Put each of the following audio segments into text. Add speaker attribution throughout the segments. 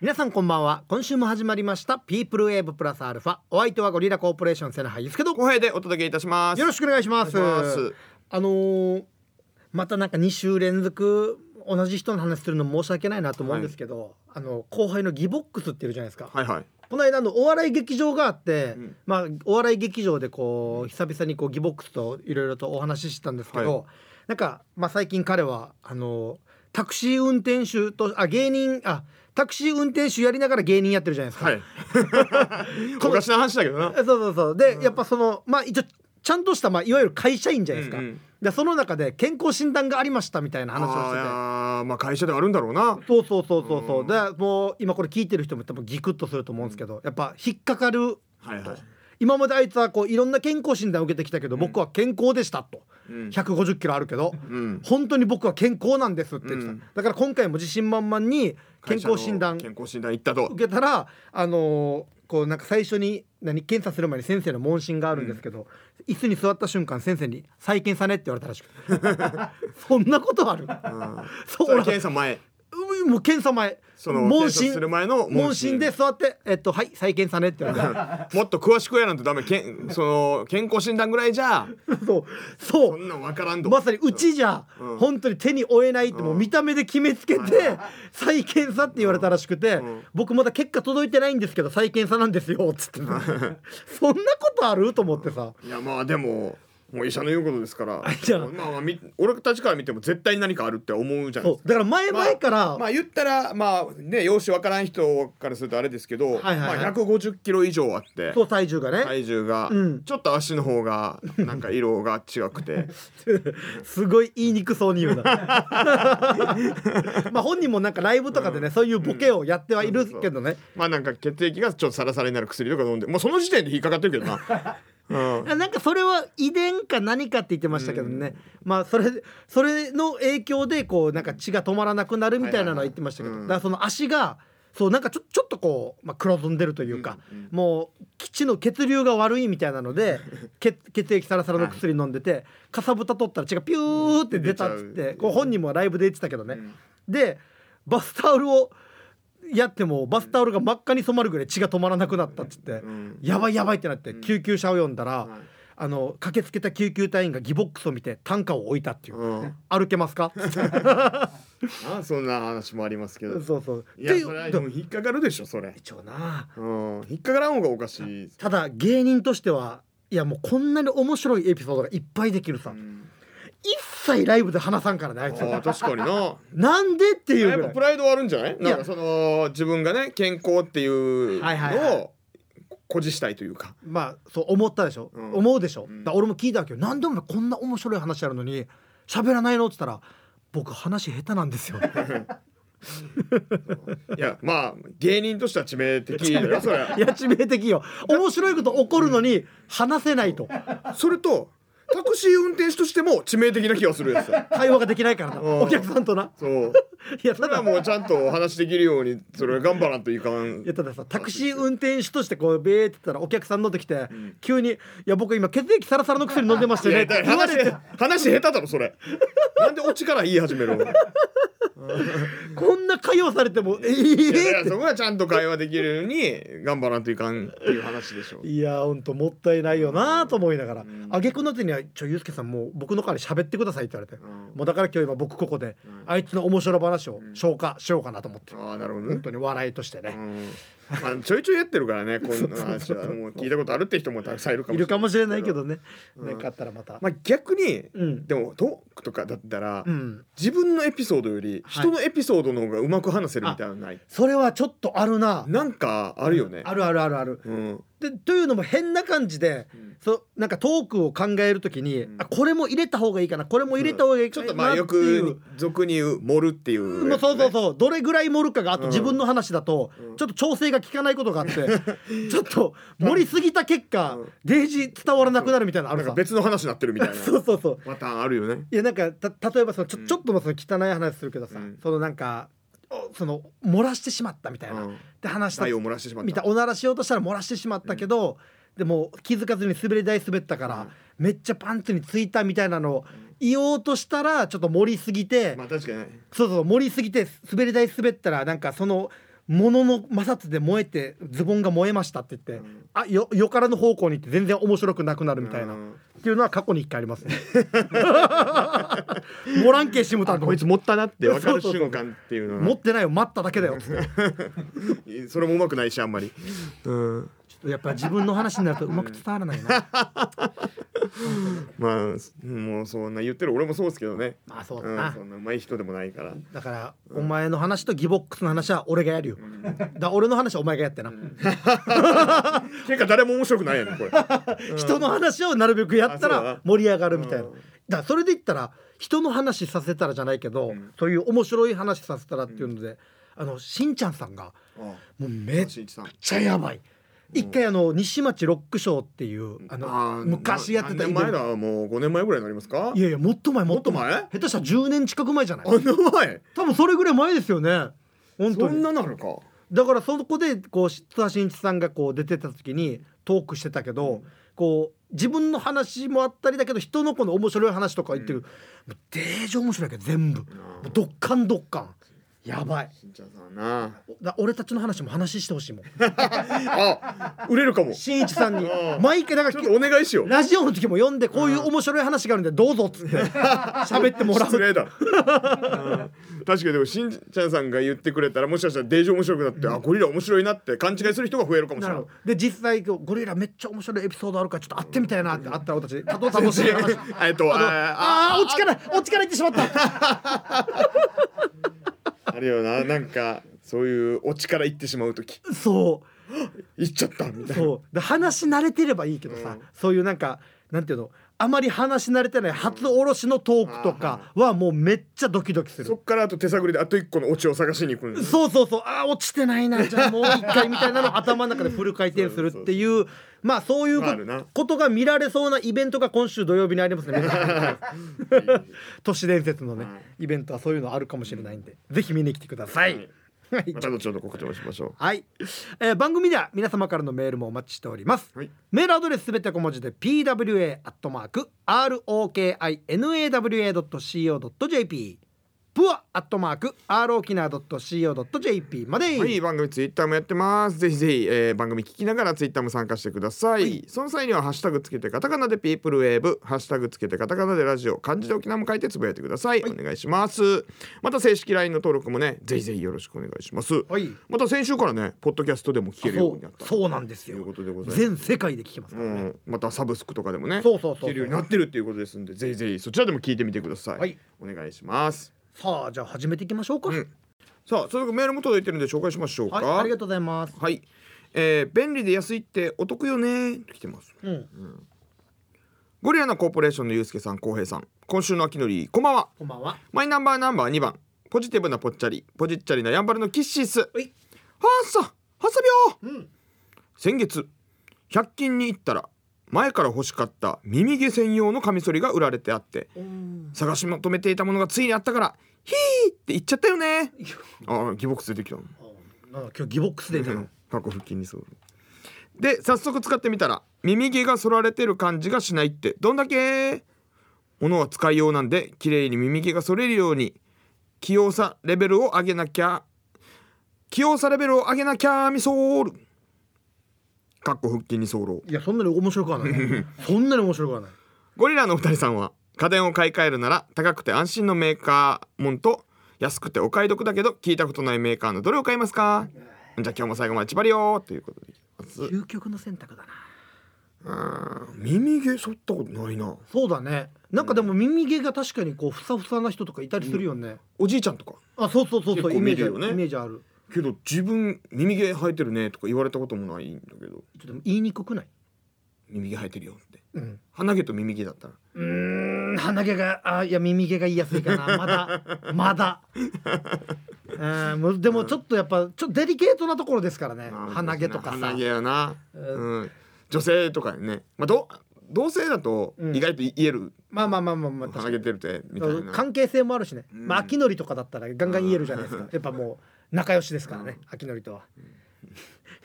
Speaker 1: 皆さんこんばんは今週も始まりましたピープルウェーブプラスアルファお相手はゴリラコーポレーションセナハイですけどよ
Speaker 2: 公平でお届けいたします。
Speaker 1: ろしくお願いします
Speaker 2: お願いします
Speaker 1: あのーまたなんか2週連続同じ人の話するの申し訳ないなと思うんですけど、あの後輩のギボックスっているじゃないですか、
Speaker 2: はいはい。
Speaker 1: この間のお笑い劇場があって、
Speaker 2: うん
Speaker 1: まあお笑い劇場でこう久々にこうギボックスといろいろとお話ししてたんですけど、
Speaker 2: は
Speaker 1: なんかまあ最近彼はあのタクシー運転手とあ芸人あタクシー運転手やりながら芸人やってるじゃないですか。
Speaker 2: はい。 おかしな話だけどな。
Speaker 1: そうそうそうで、やっぱそのまあ一応ちゃんとしたまあいわゆる会社員じゃないですか。
Speaker 2: うんうん
Speaker 1: でその中で健康診断がありましたみたいな話をしてて。
Speaker 2: あーまあ会社ではあるんだろうな。
Speaker 1: そうそうそうそうそうでもう今これ聞いてる人も多分ギクッとすると思うんですけど、やっぱ引っかかる
Speaker 2: はいはい。
Speaker 1: 今まであいつはこういろんな健康診断を受けてきたけど、僕は健康でしたと、
Speaker 2: うん
Speaker 1: 150キロあるけど、
Speaker 2: うん。
Speaker 1: 本当に僕は健康なんですって言ってた、
Speaker 2: うん
Speaker 1: だから今回も自信満々に健康診断
Speaker 2: 会社の健康診断行ったと。
Speaker 1: 受けたらあのーこうなんか最初に何検査する前に先生の問診があるんですけど、椅子に座った瞬間先生に「再検査ね」って言われたらし くてそんなことある
Speaker 2: うん
Speaker 1: そう
Speaker 2: それ検査前。
Speaker 1: うんもう検査前
Speaker 2: その
Speaker 1: 問
Speaker 2: 検
Speaker 1: 診
Speaker 2: 査する前の問診
Speaker 1: 問診で座って「えっとはい再検査ね」って言われた
Speaker 2: もっと詳しくやらんとダメ。けんその健康診断ぐらいじゃ
Speaker 1: そうそう
Speaker 2: そんなんわからんと。
Speaker 1: まさにうちじゃ、
Speaker 2: うん
Speaker 1: 本当に手に負えないってもう見た目で決めつけて、
Speaker 2: はい
Speaker 1: 再検査って言われたらしくて、
Speaker 2: ん
Speaker 1: 僕まだ結果届いてないんですけど再検査なんですよっつってさ そんなことあると思ってさ
Speaker 2: いやまあでも。もう医者の言うことですから
Speaker 1: じゃあ
Speaker 2: まあまあみ俺たちから見ても絶対に何かあるって思うじゃないで
Speaker 1: そ
Speaker 2: すか
Speaker 1: うだから前
Speaker 2: まあ
Speaker 1: 々から、
Speaker 2: まあ言ったらまあね容姿わからん人からするとあれですけど、
Speaker 1: はいはいはい
Speaker 2: まあ150キロ以上あって
Speaker 1: そう体重がね、
Speaker 2: 体重が、
Speaker 1: うん
Speaker 2: ちょっと足の方がなんか色が違く て
Speaker 1: すごい言いにくそうに 言うな まあ本人もなんかライブとかでね、そういうボケをやってはいるけどね、
Speaker 2: まあなんか血液がちょっとサラサラになる薬とか飲んでもうその時点で引っかかってるけどな。うん
Speaker 1: なんかそれは遺伝か何かって言ってましたけどね、まあそれそれの影響でこうなんか血が止まらなくなるみたいなのは言ってましたけど、
Speaker 2: はいはいはいう
Speaker 1: だ
Speaker 2: ん
Speaker 1: からその足がそうなんかちょちょっとこう、まあ、黒ずんでるというか、もう血の血流が悪いみたいなの で血血液サラサラの薬飲んでて、かさぶた取ったら血がピューって出たっつっ
Speaker 2: 出
Speaker 1: て
Speaker 2: ちゃう、
Speaker 1: こう本人もライブで言ってたけどね、
Speaker 2: ん
Speaker 1: でバスタオルをやってもバスタオルが真っ赤に染まるぐらい血が止まらなくなったっつって。
Speaker 2: うん
Speaker 1: やばいやばいってなって救急車を呼んだら、
Speaker 2: はい
Speaker 1: あの駆けつけた救急隊員がギボックスを見て担架を置いたっていう、
Speaker 2: うん、
Speaker 1: 歩けます か
Speaker 2: まあそんな話もありますけど
Speaker 1: そうそう
Speaker 2: いや
Speaker 1: ってう
Speaker 2: それは
Speaker 1: で
Speaker 2: で
Speaker 1: も
Speaker 2: も引っかかるでしょそれ、
Speaker 1: 一応な
Speaker 2: うん、引っかからん方がおかしいです、
Speaker 1: ただ芸人としてはいやもうこんなに面白いエピソードがいっぱいできるさ、
Speaker 2: うん、
Speaker 1: 一切ライブで話さんからねあいつ
Speaker 2: ああ確かにな
Speaker 1: なんでっていう
Speaker 2: や
Speaker 1: ぐ
Speaker 2: っ
Speaker 1: ら
Speaker 2: ぱ
Speaker 1: い
Speaker 2: プライドはあるんじゃない
Speaker 1: や
Speaker 2: なんかその自分がね健康っていう
Speaker 1: はいはいは
Speaker 2: のを誇示したいというか、
Speaker 1: まあそう思ったでしょ、
Speaker 2: うん
Speaker 1: 思うでしょ、
Speaker 2: ん
Speaker 1: だから俺も聞いたわけよなんでお前こんな面白い話あるのに喋らないのって言ったら僕話下手なんですよ
Speaker 2: いやまあ芸人としては致命的だよそれはい
Speaker 1: や致命的よ面白いこと起こるのに話せないと。
Speaker 2: それとタクシー運転手としても致命的な気がするやつだ
Speaker 1: 会話ができないからな
Speaker 2: うん
Speaker 1: お客さんとな
Speaker 2: そう
Speaker 1: いや
Speaker 2: そ
Speaker 1: た
Speaker 2: れ
Speaker 1: だ
Speaker 2: は
Speaker 1: も
Speaker 2: もうちゃんとお話しできるようにそれは頑張らんといかん
Speaker 1: いやたださタクシー運転手としてこうベーって言ったらお客さん乗ってきて、急に「いや僕今血液サラサラの薬飲んでまして
Speaker 2: い
Speaker 1: ね」
Speaker 2: や
Speaker 1: っ
Speaker 2: だ
Speaker 1: て
Speaker 2: から
Speaker 1: 言わ
Speaker 2: 話
Speaker 1: れて
Speaker 2: 話下手だろそれなんでオチから言い始めるの
Speaker 1: こんな会話されても「ええ
Speaker 2: いやいや
Speaker 1: って
Speaker 2: そこはちゃんと会話できるように頑張らんといかんっていう話でしょ
Speaker 1: いやほんともったいないよなと思いながら挙句の手には「ちょゆうすけさんもう僕の代わり喋ってください」って言われて、
Speaker 2: ん
Speaker 1: もうだから今日今僕ここで、あいつの面白い話を消化しようかなと思って、
Speaker 2: ああなるほどね
Speaker 1: 本当に笑いとしてね、
Speaker 2: うんまあ、ちょいちょいやってるからね、こんな話はもう聞いたことあるって人もたくさんいるかも
Speaker 1: い
Speaker 2: しれない。
Speaker 1: るかもしれないけ。どね、なんかあったらまた、
Speaker 2: まあ、逆に、
Speaker 1: うん
Speaker 2: でもトークとかだったら、
Speaker 1: うん
Speaker 2: 自分のエピソードより
Speaker 1: はい
Speaker 2: 人のエピソードの方がうまく話せるみたいなのない。
Speaker 1: それはちょっとあるな
Speaker 2: なんかあるよね。
Speaker 1: あるあるあるある。
Speaker 2: うん。
Speaker 1: でというのも変な感じで、そなんかトークを考えるときに、あこれも入れた方がいいかなこれも入れた方がいいか
Speaker 2: ちょっ
Speaker 1: な
Speaker 2: とま
Speaker 1: っ
Speaker 2: あ
Speaker 1: て
Speaker 2: よ
Speaker 1: いう
Speaker 2: く俗に言う盛るっていう、
Speaker 1: もうそうそう
Speaker 2: う。
Speaker 1: そうどれぐらい盛るかがあと自分の話だと、ちょっと調整が効かないことがあ って、ちょっと盛りすぎた結果、デイジー伝わらなくなるみたいなのあ
Speaker 2: なん
Speaker 1: る
Speaker 2: か
Speaker 1: さ
Speaker 2: 別の話になってるみたいな
Speaker 1: そうそうそう
Speaker 2: パターンあるよね。
Speaker 1: いやなんかた例えばそのちょちょっとのその汚い話するけどさ、
Speaker 2: うん
Speaker 1: そのなんかおその漏らしてしまったみたいな、
Speaker 2: うん
Speaker 1: で話した
Speaker 2: 内容を漏らしてしまった。
Speaker 1: 見たおならしようとしたら漏らしてしまったけど、でも気づかずに滑り台滑ったから、めっちゃパンツについたみたいなのを言おうとしたらちょっと盛りすぎて、
Speaker 2: まあ確かにね。
Speaker 1: そうそう盛りすぎて滑り台滑ったらなんかその物の摩擦で燃えてズボンが燃えましたって言って、あよよからぬ方向に行って全然面白くなくなるみたいな、
Speaker 2: うん
Speaker 1: っていうのは過去に一回ありますね。モランケシムタン
Speaker 2: こいつ持ったな って分かる
Speaker 1: そうそうそう
Speaker 2: 瞬間っていうの
Speaker 1: 持
Speaker 2: は
Speaker 1: ってないよ待っただけだよつって
Speaker 2: それもうまくないしあんまりうん
Speaker 1: やっぱ自分の話になるとうまく伝わらないな
Speaker 2: まあもうそんな言ってる俺もそうですけどね
Speaker 1: まあそうだ
Speaker 2: う
Speaker 1: な、
Speaker 2: んそんなうまい人でもないから
Speaker 1: だから、お前の話とギボックスの話は俺がやるよ、だから俺の話はお前がやってな、
Speaker 2: てか誰も面白くないやね んこれ
Speaker 1: 人の話をなるべくやった
Speaker 2: あそうだ
Speaker 1: ら
Speaker 2: な
Speaker 1: 盛り上がるみたいな、
Speaker 2: うん
Speaker 1: だからそれで言ったら人の話させたらじゃないけど、
Speaker 2: ん
Speaker 1: そういう面白い話させたらっていうので、あのしんちゃんさんがもうめっ
Speaker 2: しんいちさん
Speaker 1: ちゃやばい一回あの西町ロックショーっていうあの
Speaker 2: ー
Speaker 1: 昔やってた
Speaker 2: 何
Speaker 1: イ
Speaker 2: 年
Speaker 1: ベン
Speaker 2: 前
Speaker 1: ト
Speaker 2: だもう5年前ぐらいになりますか
Speaker 1: いやいやもっと前もっと
Speaker 2: もっと前
Speaker 1: 下手したら10年近く前じゃない
Speaker 2: あんな前
Speaker 1: 多分それぐらい前ですよね本当
Speaker 2: そ
Speaker 1: に
Speaker 2: んななのか
Speaker 1: だからそこでこう津田真一さんがこう出てた時にトークしてたけど、こう自分の話もあったりだけど人のこの面白い話とか言ってる、もうデージ面白いけど全部
Speaker 2: あ
Speaker 1: どっかんどっかんやばい
Speaker 2: しんちゃんさんな
Speaker 1: だ俺たちの話も話してほしいもん
Speaker 2: あ売れるかもち
Speaker 1: 真一さんに
Speaker 2: うん
Speaker 1: 毎回なん
Speaker 2: ょ
Speaker 1: か
Speaker 2: っとお願いしよう
Speaker 1: ラジオの時も読んでこういう面白い話があるんでどうぞっつって喋ってもらう
Speaker 2: 失礼だうん確かにでもしんちゃんさんが言ってくれたらもしかしたらデージ面白くなって、あゴリラ面白いなって勘違いする人が増えるかもし
Speaker 1: な
Speaker 2: れ
Speaker 1: る
Speaker 2: な
Speaker 1: ほ
Speaker 2: い
Speaker 1: どで実際こうゴリラめっちゃ面白いエピソードあるからちょっと会ってみたいなってあったら俺た ちたとえ楽しい話
Speaker 2: えっとあ
Speaker 1: ああ落ちから落ちから行ってしまった
Speaker 2: ああるよななんかそういうオチから行ってしまう時
Speaker 1: そ
Speaker 2: 行っちゃったみ
Speaker 1: う
Speaker 2: たい な
Speaker 1: そうで話し慣れてればいいけどさ、そういうなんかなんていうのあまり話し慣れてない初おろしのトークとかはもうめっちゃドキドキす
Speaker 2: そ
Speaker 1: る。
Speaker 2: っからあと手探りであと一個のオチを探しに行くんです
Speaker 1: そうそうそうあー落ちてない なじゃあもう一回みたいなのを頭の中でフル回転するっていうまあそういうこ
Speaker 2: まああるな
Speaker 1: ことが見られそうなイベントが今週土曜日にありますね都市伝説のね
Speaker 2: は
Speaker 1: イベントはそういうのあるかもしれないんでぜひ見に来てください。はい
Speaker 2: また後ほど告知をしましょ
Speaker 1: はい、えー番組では皆様からのメールもお待ちしております、
Speaker 2: はい
Speaker 1: メールアドレスすべて小文字で pwa.rokinawa.co.jp プアアットマーク rokina.co.jp まで、
Speaker 2: う。はい、番組ツイッターもやってます。ぜひぜひ、えー番組聞きながらツイッターも参加してください。その際にはハッシュタグつけてカタカナでピープルウェーブ、ハッシュタグつけてカタカナでラジオ、漢字で沖縄も書いてつぶやいてください。お願いします。また正式 LINE の登録もね、ぜひぜひよろしくお願いします。
Speaker 1: はい
Speaker 2: また先週からね、ポッドキャストでも聞けるようになった。
Speaker 1: そうそうなんですよ
Speaker 2: ということでございます。
Speaker 1: 全世界で聞けますか
Speaker 2: う
Speaker 1: らね、
Speaker 2: ん、またサブスクとかでもね
Speaker 1: そうそうそう
Speaker 2: 聞けるようになってるっていうことですんでぜひぜひそちらでも聞いてみてください、
Speaker 1: はい
Speaker 2: お願いします
Speaker 1: さあじゃあ始めていきましょうか、
Speaker 2: んさあそれではメールも届いてるんで紹介しましょうか
Speaker 1: はいありがとうございます
Speaker 2: はい、えー便利で安いってお得よねと来てます
Speaker 1: うん
Speaker 2: ゴリラのコーポレーションのゆうすけさんこうへいさん今週の秋のりこんばんは
Speaker 1: こんばんは
Speaker 2: マイナンバーナンバー2番ポジティブなぽっちゃりポジッチャリなやんばるのキッシースは
Speaker 1: はい
Speaker 2: っさはっさびょー、先月100均に行ったら前から欲しかった耳毛専用のカミソリが売られてあって探し求めていたものがついにあったからヒーって言っちゃったよねあーギボックス出てきたの
Speaker 1: なんか今日ギボックスでいたの
Speaker 2: 過去腹筋にそうで早速使ってみたら耳毛が剃られてる感じがしないってどんだけ物は使いようなんで綺麗に耳毛が剃れるように器用さレベルを上げなきゃ器用さレベルを上げなきゃミソールかっこ腹筋に候
Speaker 1: いやそんなに面白くはないそんなに面白くはない
Speaker 2: ゴリラのお二人さんは家電を買い替えるなら高くて安心のメーカーもんと安くてお買い得だけど聞いたことないメーカーのどれを買いますかじゃあ今日も最後までチバリよーということでいきます
Speaker 1: 究極の選択だな
Speaker 2: 耳毛剃ったことないな
Speaker 1: そうだねなんかでも耳毛が確かにこうふさふさな人とかいたりするよね、
Speaker 2: おじいちゃんとか
Speaker 1: あそうそうそうそう
Speaker 2: 結
Speaker 1: イ
Speaker 2: 構
Speaker 1: メー
Speaker 2: 見
Speaker 1: ジ
Speaker 2: る
Speaker 1: あ
Speaker 2: よ
Speaker 1: る、
Speaker 2: ね
Speaker 1: イメージある
Speaker 2: けど自分耳毛生えてるねとか言われたこともないんだけど
Speaker 1: ちょっと言いにくくない
Speaker 2: 耳毛生えてるよって
Speaker 1: うん
Speaker 2: 鼻毛と耳毛だったら
Speaker 1: うーん鼻毛があいや耳毛が言いやすいかなまだ まだうんむでもちょっとやっぱちょっとデリケートなところですからね鼻毛とかさ
Speaker 2: 鼻毛やな、
Speaker 1: う
Speaker 2: うん、女性とかねまあど同性だと
Speaker 1: うん
Speaker 2: 意外と言える、
Speaker 1: まあまあまあまあまあ確
Speaker 2: 鼻毛出るてみたいな
Speaker 1: 関係性もあるしね、
Speaker 2: ん
Speaker 1: まあ秋のりとかだったらガンガン言えるじゃないですか、やっぱもう仲良しですからね、秋のりとは、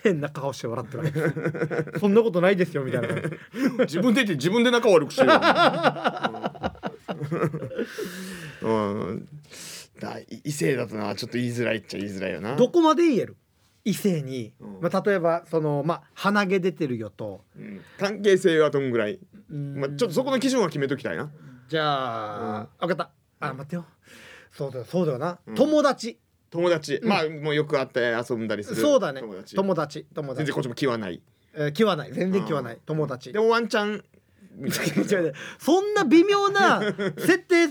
Speaker 1: 変な顔して笑ってるわけですそんなことないですよみたいな
Speaker 2: 自分で言って自分で仲悪くしてるよ。 うん、だ異性だとなちょっと言いづらいっちゃ言いづらいよな。
Speaker 1: どこまで言える異性に、
Speaker 2: うん
Speaker 1: まあ、例えばその、まあ、鼻毛出てるよと、
Speaker 2: うん関係性はどんぐらい、
Speaker 1: うん
Speaker 2: まあ、ちょっとそこの基準は決めときたいな
Speaker 1: じゃあ、分かったあ待ってよそうだよそうだよな、
Speaker 2: ん
Speaker 1: 友達
Speaker 2: 友達、まあもうよく会って遊んだりする
Speaker 1: そうだね
Speaker 2: 友達
Speaker 1: 友達友
Speaker 2: 全
Speaker 1: 達
Speaker 2: 然こっちも気はない
Speaker 1: えー気はない全然気はない友達
Speaker 2: でもワンチャンみたいな
Speaker 1: 違う違う そんな微妙 な設定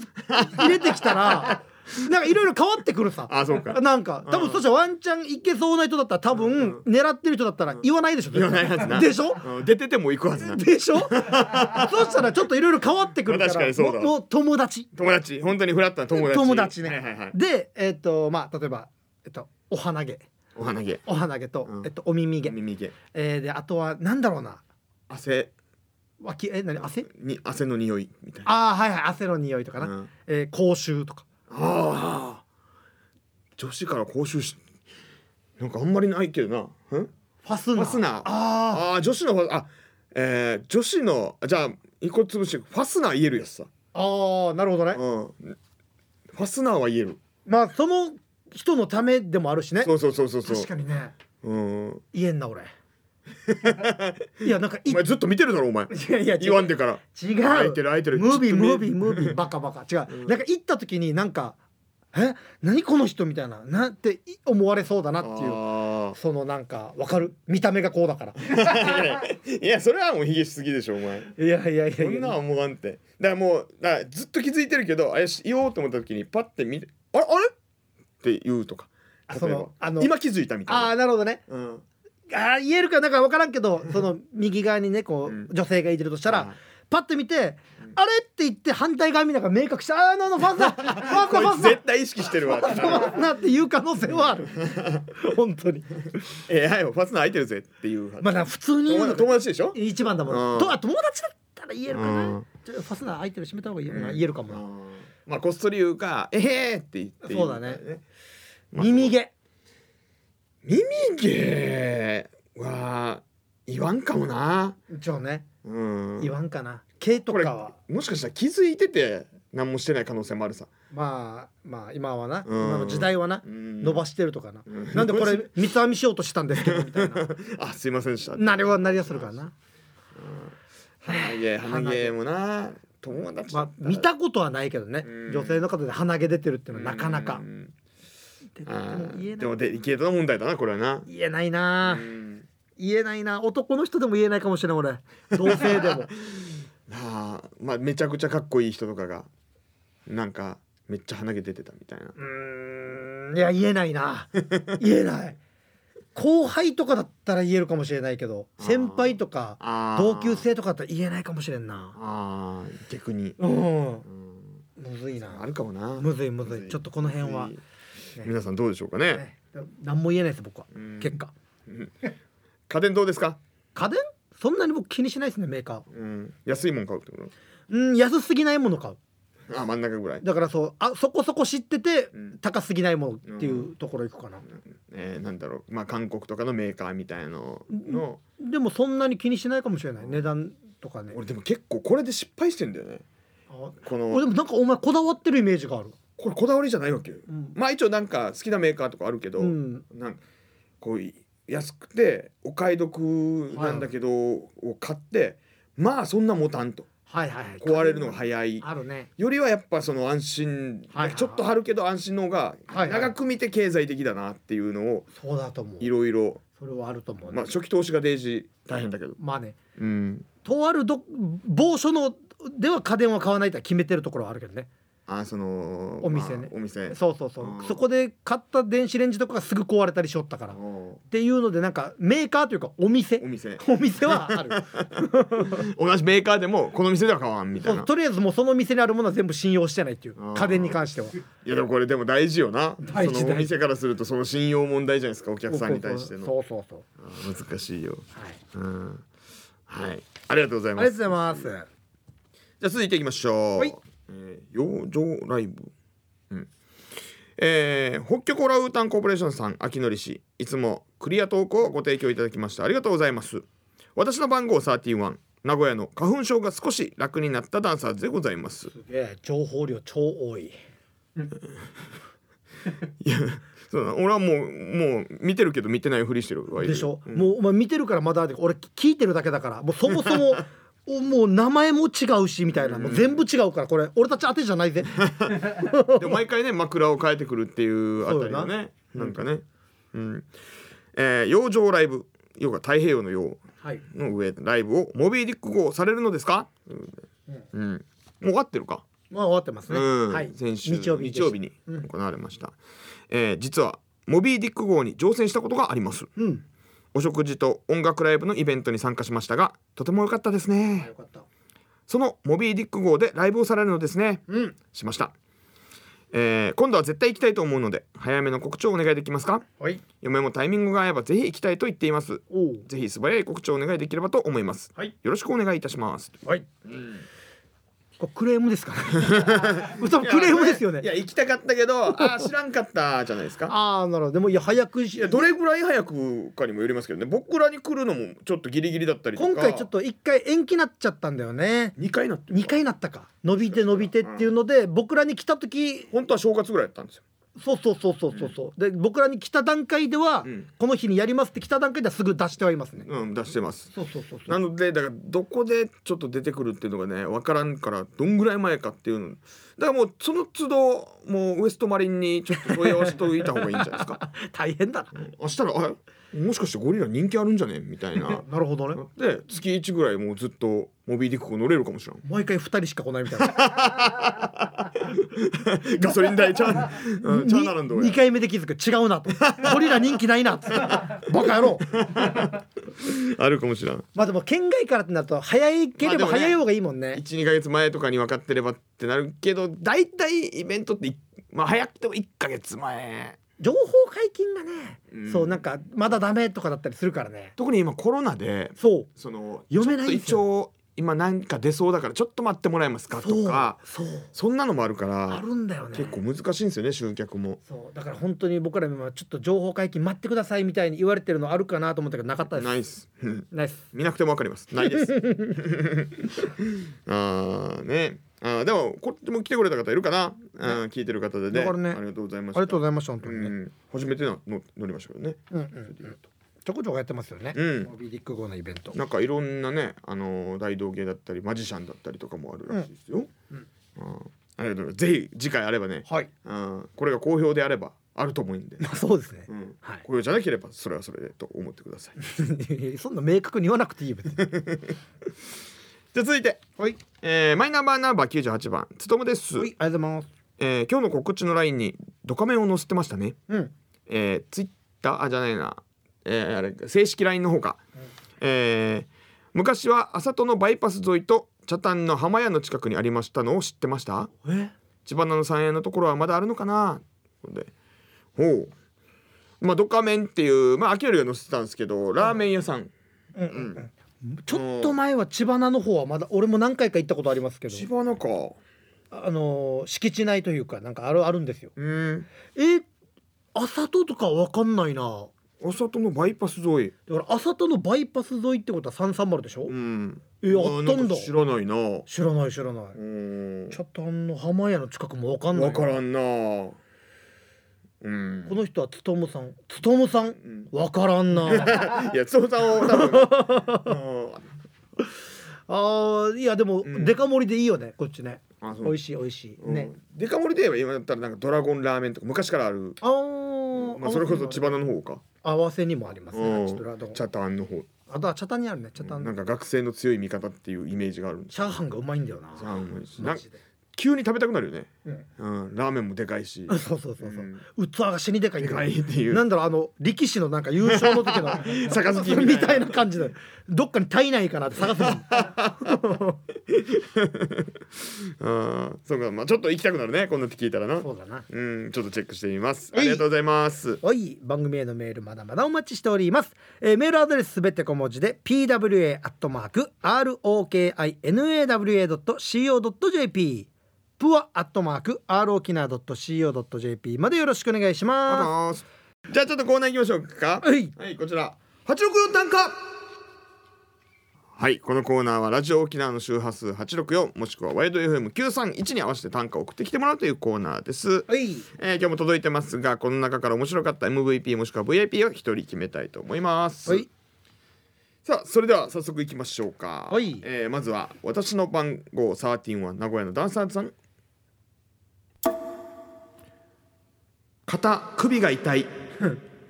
Speaker 1: 入れてきたらなんかいろいろ変わってくるさ
Speaker 2: あそうか
Speaker 1: なんか多分そしたらワンチャンいけそうな人だったら多分狙ってる人だったら言わないでしょ
Speaker 2: 言わないはずな
Speaker 1: でしょ
Speaker 2: うん出てても行くはずな
Speaker 1: でしょ そしたらちょっといろいろ変わってくるから
Speaker 2: まあ確かにそうだ
Speaker 1: ももう友達
Speaker 2: 友達本当にフラットな友達
Speaker 1: 友達ね、
Speaker 2: はいはいはい
Speaker 1: でえっ、とまあ例えば、えっとお花毛
Speaker 2: お花毛
Speaker 1: お花毛と、
Speaker 2: うん
Speaker 1: えっと、お耳毛、
Speaker 2: 耳毛
Speaker 1: えーであとはなんだろうな
Speaker 2: 汗
Speaker 1: 脇え何汗
Speaker 2: に汗の匂いみたいな
Speaker 1: ああはいはい汗の匂いとかな、
Speaker 2: うん
Speaker 1: えー口臭とか
Speaker 2: ああ女子から講習しなんかあんまりないけどなうん
Speaker 1: ファスナー
Speaker 2: ファスナー
Speaker 1: あ
Speaker 2: ああ女子の方あえー、女子のじゃあ一個潰してファスナー言えるやつさ、
Speaker 1: ああーなるほどね、
Speaker 2: うん、ファスナーは言える
Speaker 1: まあその人のためでもあるしね
Speaker 2: そうそうそうそうそう
Speaker 1: 確かにね
Speaker 2: うん
Speaker 1: 言えんな 俺いやなんかい
Speaker 2: お前ずっと見てるだろお前
Speaker 1: いやいや違
Speaker 2: 言
Speaker 1: う
Speaker 2: わんでから
Speaker 1: 違う
Speaker 2: 空いてる 空いてる
Speaker 1: ムービー
Speaker 2: ちょっと見
Speaker 1: ム
Speaker 2: え
Speaker 1: ービームービーバカバカ違う、なんか行った時になんかえ何この人みたいななってい思われそうだなっていう
Speaker 2: あ
Speaker 1: そのなんかわかる見た目がこうだから
Speaker 2: ー いやそれはもうひげしすぎでしょお前
Speaker 1: いやいやい
Speaker 2: そ
Speaker 1: やい
Speaker 2: んな
Speaker 1: や
Speaker 2: は思わんってだからもうだからずっと気づいてるけどあよし言おうと思った時にパッて見て「あれあれ?」って言うとか
Speaker 1: あ
Speaker 2: 例え
Speaker 1: そ
Speaker 2: ば
Speaker 1: のあの
Speaker 2: 今気づいたみたい
Speaker 1: あ
Speaker 2: な
Speaker 1: あなるほどね
Speaker 2: うん
Speaker 1: あー言えるかなんか分からんけどその右側にねこ
Speaker 2: うん
Speaker 1: う女性がいてるとしたら、
Speaker 2: はい
Speaker 1: パッて見て「あれ?」って言って反対側見ながら明確して「あーあのあのファン だファンだフ
Speaker 2: こ
Speaker 1: ァ
Speaker 2: い
Speaker 1: ン
Speaker 2: つ
Speaker 1: だ
Speaker 2: 絶対意識してるわって
Speaker 1: ファンだ」っていう可能性はあ る本当に
Speaker 2: えはいファスナー開いてるぜっていう
Speaker 1: まあな普通に言う
Speaker 2: 友
Speaker 1: のが
Speaker 2: 達友達でしょ
Speaker 1: 一番だもん、
Speaker 2: うん
Speaker 1: とあ友達だったら言えるかな、
Speaker 2: うん
Speaker 1: ちょっとファスナー開いてる閉めた方がいいかな、
Speaker 2: うん
Speaker 1: 言えるかもな、
Speaker 2: まあこっそり言うか「えへー!」って言って
Speaker 1: そうだね
Speaker 2: まあ
Speaker 1: 耳毛
Speaker 2: 耳毛は言わんかもな
Speaker 1: じゃあね
Speaker 2: うん
Speaker 1: 言わんかな毛とか
Speaker 2: これ
Speaker 1: は
Speaker 2: もしかしたら気づいてて何もしてない可能性もあるさ
Speaker 1: まあまあ今はな、
Speaker 2: うん
Speaker 1: 今の時代はな、
Speaker 2: 伸
Speaker 1: 伸ばしてるとかな、
Speaker 2: うん
Speaker 1: なんでこ れ三つ編みしようとしたんですけどみたいな
Speaker 2: あすいませんでした
Speaker 1: なりはなりやするからな、
Speaker 2: 鼻毛鼻毛もな友達
Speaker 1: まあ、見たことはないけどね、
Speaker 2: うん
Speaker 1: 女性の方で鼻毛出てるっていうのはなかなか、
Speaker 2: うん
Speaker 1: で
Speaker 2: あ
Speaker 1: も言え
Speaker 2: ー
Speaker 1: な
Speaker 2: でも
Speaker 1: い
Speaker 2: デリケートな問題だなこれはな
Speaker 1: 言えないなあ、
Speaker 2: うん
Speaker 1: 言えないな男の人でも言えないかもしれない俺同性でも
Speaker 2: あーまあめちゃくちゃかっこいい人とかがなんかめっちゃ鼻毛出てたみたいな
Speaker 1: うーんいや言えない な言えない後輩とかだったら言えるかもしれないけど
Speaker 2: あー
Speaker 1: 先輩とか
Speaker 2: あー
Speaker 1: 同級生とかだったら言えないかもしれんな
Speaker 2: あー逆に、
Speaker 1: うん
Speaker 2: うん
Speaker 1: むずい
Speaker 2: あ
Speaker 1: な
Speaker 2: るかもな
Speaker 1: むずいむずいちょっとこの辺は
Speaker 2: むずい皆さんどうでしょうかね
Speaker 1: ね何も言えないです僕は
Speaker 2: うん
Speaker 1: 結果
Speaker 2: 家電どうですか、
Speaker 1: 家電そんなに僕気にしないですねメーカー
Speaker 2: うん、安いもん買うってこ
Speaker 1: うん安すぎないもの買う
Speaker 2: とあ真ん中ぐらい、
Speaker 1: だからそうあそこそこ知ってて、
Speaker 2: うん
Speaker 1: 高すぎないものっていうところ行くかな、
Speaker 2: えー、なんだろうまあ韓国とかのメーカーみたいのの、
Speaker 1: でもそんなに気にしないかもしれない値段とかね
Speaker 2: 俺でも結構これで失敗してんだよね
Speaker 1: あ
Speaker 2: こ
Speaker 1: 俺で
Speaker 2: の
Speaker 1: もなんかお前こだわってるイメージがある、
Speaker 2: これこだわりじゃないわけよ、
Speaker 1: うん
Speaker 2: まあ一応なんか好きなメーカーとかあるけど、
Speaker 1: うん
Speaker 2: なんこうい安くてお買い得なんだけど、を買ってまあそんな持たんと
Speaker 1: はいはいはい
Speaker 2: 壊れるのが早い
Speaker 1: あるね
Speaker 2: よりはやっぱその安心、
Speaker 1: はいはいはい
Speaker 2: ちょっと張るけど安心の方が
Speaker 1: はいはい
Speaker 2: 長く見て経済的だなっていうのを
Speaker 1: そうだと思う
Speaker 2: いろいろ
Speaker 1: それはあると思う、
Speaker 2: ま
Speaker 1: ま
Speaker 2: あ初期投資がデージ大変だけど、
Speaker 1: まあね
Speaker 2: うん、
Speaker 1: とあるど某所のでは家電は買わないとは決めてるところはあるけどね
Speaker 2: あその
Speaker 1: お店ね
Speaker 2: まあお店
Speaker 1: そうそうそう、
Speaker 2: うん
Speaker 1: そこで買った電子レンジとかがすぐ壊れたりしよったから、っ
Speaker 2: お
Speaker 1: ていうのでなんかメーカーというかお店
Speaker 2: お店
Speaker 1: お店はある
Speaker 2: 同じメーカーでもこの店では買わんみた
Speaker 1: そ
Speaker 2: いな
Speaker 1: うとりあえずもうその店にあるものは全部信用してないっていう
Speaker 2: あー
Speaker 1: 家電に関してはい
Speaker 2: やでもこれでも大事よな
Speaker 1: 大事
Speaker 2: そのお
Speaker 1: 大事
Speaker 2: 店からするとその信用問題じゃないですかお客さんに対しての
Speaker 1: そうそうそう、
Speaker 2: あー難しいよ
Speaker 1: はい、あり
Speaker 2: うんはいありがとうござい
Speaker 1: が
Speaker 2: ま
Speaker 1: とうご
Speaker 2: す
Speaker 1: ざいます
Speaker 2: じゃあ続いていきましょう。
Speaker 1: はい
Speaker 2: えー養生ライブ。うん。えー北極オラウータンコーポレーションさん、秋のり氏、いつもクリア投稿をご提供いただきました。ありがとうございます。私の番号31、名古屋の花粉症が少し楽になったダンサーでございま
Speaker 1: す
Speaker 2: す。
Speaker 1: げえ情報量超多い
Speaker 2: いや、そうだな俺はもうもう見てるけど見てないふりしてるわ
Speaker 1: でしょ、
Speaker 2: うん
Speaker 1: もうお前見てるからまだで俺聞いてるだけだからもうそもそ もおもう名前も違うしみたいなもう全部違うからこれ俺たち当てじゃないぜ
Speaker 2: でも毎回ね枕を変えてくるっていうあたりが
Speaker 1: そうだ
Speaker 2: ねなんかね、うんえー洋上ライブ要は太平洋の洋
Speaker 1: はい
Speaker 2: の上ライブをモビーディック号されるのですか、うんもう終わってるか、
Speaker 1: まあ終わってますね、
Speaker 2: うん
Speaker 1: はい
Speaker 2: 先週
Speaker 1: 日曜日でした
Speaker 2: に行われました、えー実はモビーディック号に乗船したことがあります
Speaker 1: うん
Speaker 2: お食事と音楽ライブのイベントに参加しましたがとても良かったです
Speaker 1: あ
Speaker 2: ね
Speaker 1: よかった
Speaker 2: そのモビーディック号でライブをされるのですね
Speaker 1: うん
Speaker 2: しました、えー今度は絶対行きたいと思うので早めの告知をお願いできますか
Speaker 1: はい
Speaker 2: 嫁もタイミングが合えばぜひ行きたいと言っています
Speaker 1: おう
Speaker 2: ぜひ素早い告知をお願いできればと思います
Speaker 1: はい
Speaker 2: よろしくお願いいたします
Speaker 1: はい、これクレームですかね 多分クレームですよね
Speaker 2: いや行きたかったけどあー知らんかったじゃないですか
Speaker 1: ああなるほどでもいや早くし
Speaker 2: いやどれぐらい早くかにもよりますけどね僕らに来るのもちょっとギリギリだったりとか
Speaker 1: 今回ちょっと1回延期なっちゃったんだよね
Speaker 2: 2回なってる
Speaker 1: 2回なったか伸びて伸びてっていうので僕らに来た時
Speaker 2: 本当は正月ぐらいだったんですよ
Speaker 1: そうそうそうそうそうそうで僕らに来た段階では、
Speaker 2: うん
Speaker 1: この日にやりますって来た段階ではすぐ出してはいますね、
Speaker 2: うん出してます
Speaker 1: そうそうそうそ
Speaker 2: な
Speaker 1: う
Speaker 2: のでだからどこでちょっと出てくるっていうのがね分からんからどんぐらい前かっていうのだからもうその都度もうウエストマリンにちょっと問い合わせといた方がいいんじゃないですか
Speaker 1: 大変だな、
Speaker 2: あしたらあもしかしてゴリラ人気あるんじゃねみた いな
Speaker 1: なるほどね
Speaker 2: で月1ぐらいもうずっとモビーディック号乗れるかもしれん
Speaker 1: 毎回2人しか来ないみたい な
Speaker 2: ガソリン代ちゃん、 うん、ちゃんならんどうや
Speaker 1: 2回目で気づく違う なとゴリラ人気ないな とバカ野郎
Speaker 2: あるかもしれん
Speaker 1: まあでも県外からってなると早ければ早い方がいいもんね,、
Speaker 2: 12ヶ月前とかに分かってればってなるけど大体イベントってい、まあ、早くても1ヶ月前
Speaker 1: 情報解禁がね、
Speaker 2: うん
Speaker 1: そうなんかまだダメとかだったりするからね
Speaker 2: 特に今コロナで
Speaker 1: そう
Speaker 2: その
Speaker 1: 読めないんです
Speaker 2: ち
Speaker 1: よ
Speaker 2: ょっと一応今なんか出そうだからちょっと待ってもらえますか
Speaker 1: そう
Speaker 2: とか
Speaker 1: そう
Speaker 2: そんなのもあるか
Speaker 1: あ
Speaker 2: ら
Speaker 1: るんだよね
Speaker 2: 結構難しいんですよね集客も。
Speaker 1: そうだから本当に僕らもちょっと情報解禁待ってくださいみたいに言われてるのあるかなと思ったけどなかったです
Speaker 2: ないっす。うん
Speaker 1: ナイス
Speaker 2: 見なくてもわかります。ないです。 ああね。あーでもこっちも来てくれた方いるかな。あー聞いてる方でね。
Speaker 1: だからね
Speaker 2: ありがとうございま
Speaker 1: あり
Speaker 2: した。
Speaker 1: がとうございました本当にね、
Speaker 2: うん初めてのの乗りましたけどね。
Speaker 1: うんうんうんちょこちょこやってますよね、
Speaker 2: うん
Speaker 1: モビーディック号のイベント
Speaker 2: なんかいろんなねあのー大道芸だったりマジシャンだったりとかもあるらしいですよ。
Speaker 1: うん
Speaker 2: あーありがとうございます。ぜひ次回あればね
Speaker 1: はい
Speaker 2: うんこれが好評であればあると思うんで、
Speaker 1: まあそうですね
Speaker 2: うん、
Speaker 1: はい
Speaker 2: 好評じゃなければそれはそれでと思ってくださ い。
Speaker 1: そんな明確に言わなくていいよ別に
Speaker 2: じゃあ続いて、
Speaker 1: はい
Speaker 2: えーマイナンバーナンバー98番つともです、
Speaker 1: はいありがとうございます
Speaker 2: えー今日の告知のラインにドカメンを載せてましたね。
Speaker 1: うん
Speaker 2: えー、ツイッターあじゃないな、えーあれ正式 LINE の方か、えー昔は浅戸のバイパス沿いと茶炭の浜屋の近くにありましたのを知ってました
Speaker 1: え
Speaker 2: 千葉の三円のところはまだあるのかなでほうまあドカメンっていうまあ秋よりが載せてたんですけどラーメン屋さん
Speaker 1: うんうんうんちょっと前は千葉菜の方はまだ俺も何回か行ったことありますけど
Speaker 2: 千葉のか
Speaker 1: あのー敷地内というかなんかあるあるんですよ
Speaker 2: うん
Speaker 1: え朝ととかわかんないな
Speaker 2: お里のバイパス沿い
Speaker 1: だから朝とのバイパス沿いってことは330でしょ、
Speaker 2: うん
Speaker 1: えあった
Speaker 2: なん
Speaker 1: だ
Speaker 2: か知らないな
Speaker 1: 知らない知らない、
Speaker 2: うん
Speaker 1: ちょっとあの浜屋の近くもわかんない
Speaker 2: わから
Speaker 1: こ
Speaker 2: んなうん
Speaker 1: の人はつとむさんつとむさん
Speaker 2: うん
Speaker 1: わからん な
Speaker 2: いやそうさんを多 分
Speaker 1: あーいやでも、
Speaker 2: うん
Speaker 1: デカ盛りでいいよねこっちね
Speaker 2: うんあそ
Speaker 1: 美
Speaker 2: う
Speaker 1: 味しい美味しい
Speaker 2: うん
Speaker 1: ね、
Speaker 2: デカ盛りで言えば今だったらなんかドラゴンラーメンとか昔からある
Speaker 1: あー
Speaker 2: まあそれこそ千葉の方か
Speaker 1: 合わせにもありますね
Speaker 2: う
Speaker 1: あ
Speaker 2: ん
Speaker 1: っちとラドン
Speaker 2: 茶炭の方
Speaker 1: あとは茶炭にあるね茶
Speaker 2: なん
Speaker 1: 炭
Speaker 2: か学生の強い味方っていうイメージがあるんです
Speaker 1: チャーハンがうまいんだよな
Speaker 2: チャーハンうまいし
Speaker 1: マジで
Speaker 2: 急に食べたくなるよね、
Speaker 1: うん
Speaker 2: うん、ラーメンもでかい し
Speaker 1: そうそうそうそう、器が死にでかいん
Speaker 2: で
Speaker 1: だよ
Speaker 2: かいってい
Speaker 1: な
Speaker 2: うん
Speaker 1: だろうあの力士のなんか優勝の時 の
Speaker 2: 杯み
Speaker 1: み
Speaker 2: た
Speaker 1: た
Speaker 2: い
Speaker 1: い
Speaker 2: な
Speaker 1: な感じで どっかに体内かなって探すもん
Speaker 2: うんそうかまあちょっと行きたくなるねこんなって聞いたらな
Speaker 1: そうだな
Speaker 2: うんちょっとチェックしてみますあ
Speaker 1: い
Speaker 2: りがとうございます
Speaker 1: はい番組へのメールまだまだお待ちしております、えーメールアドレスすべて小文字で pwa.rokinawa.co.jp プアアットマーク rokina.co.jp までよろしくお願いし
Speaker 2: あ
Speaker 1: ま
Speaker 2: のーじゃあちょっとコーナー行きましょうか
Speaker 1: すはい
Speaker 2: はいこちら864単価はいこのコーナーはラジオ沖縄の周波数864もしくはワイド FM931 に合わせて短歌を送ってきてもらうというコーナーです、
Speaker 1: はい
Speaker 2: えー今日も届いてますがこの中から面白かった MVP もしくは VIP を一人決めたいと思います、
Speaker 1: はい
Speaker 2: さあそれでは早速いきましょうか、
Speaker 1: はい
Speaker 2: えーまずは私の番号13は名古屋のダンサーズさん肩首が痛い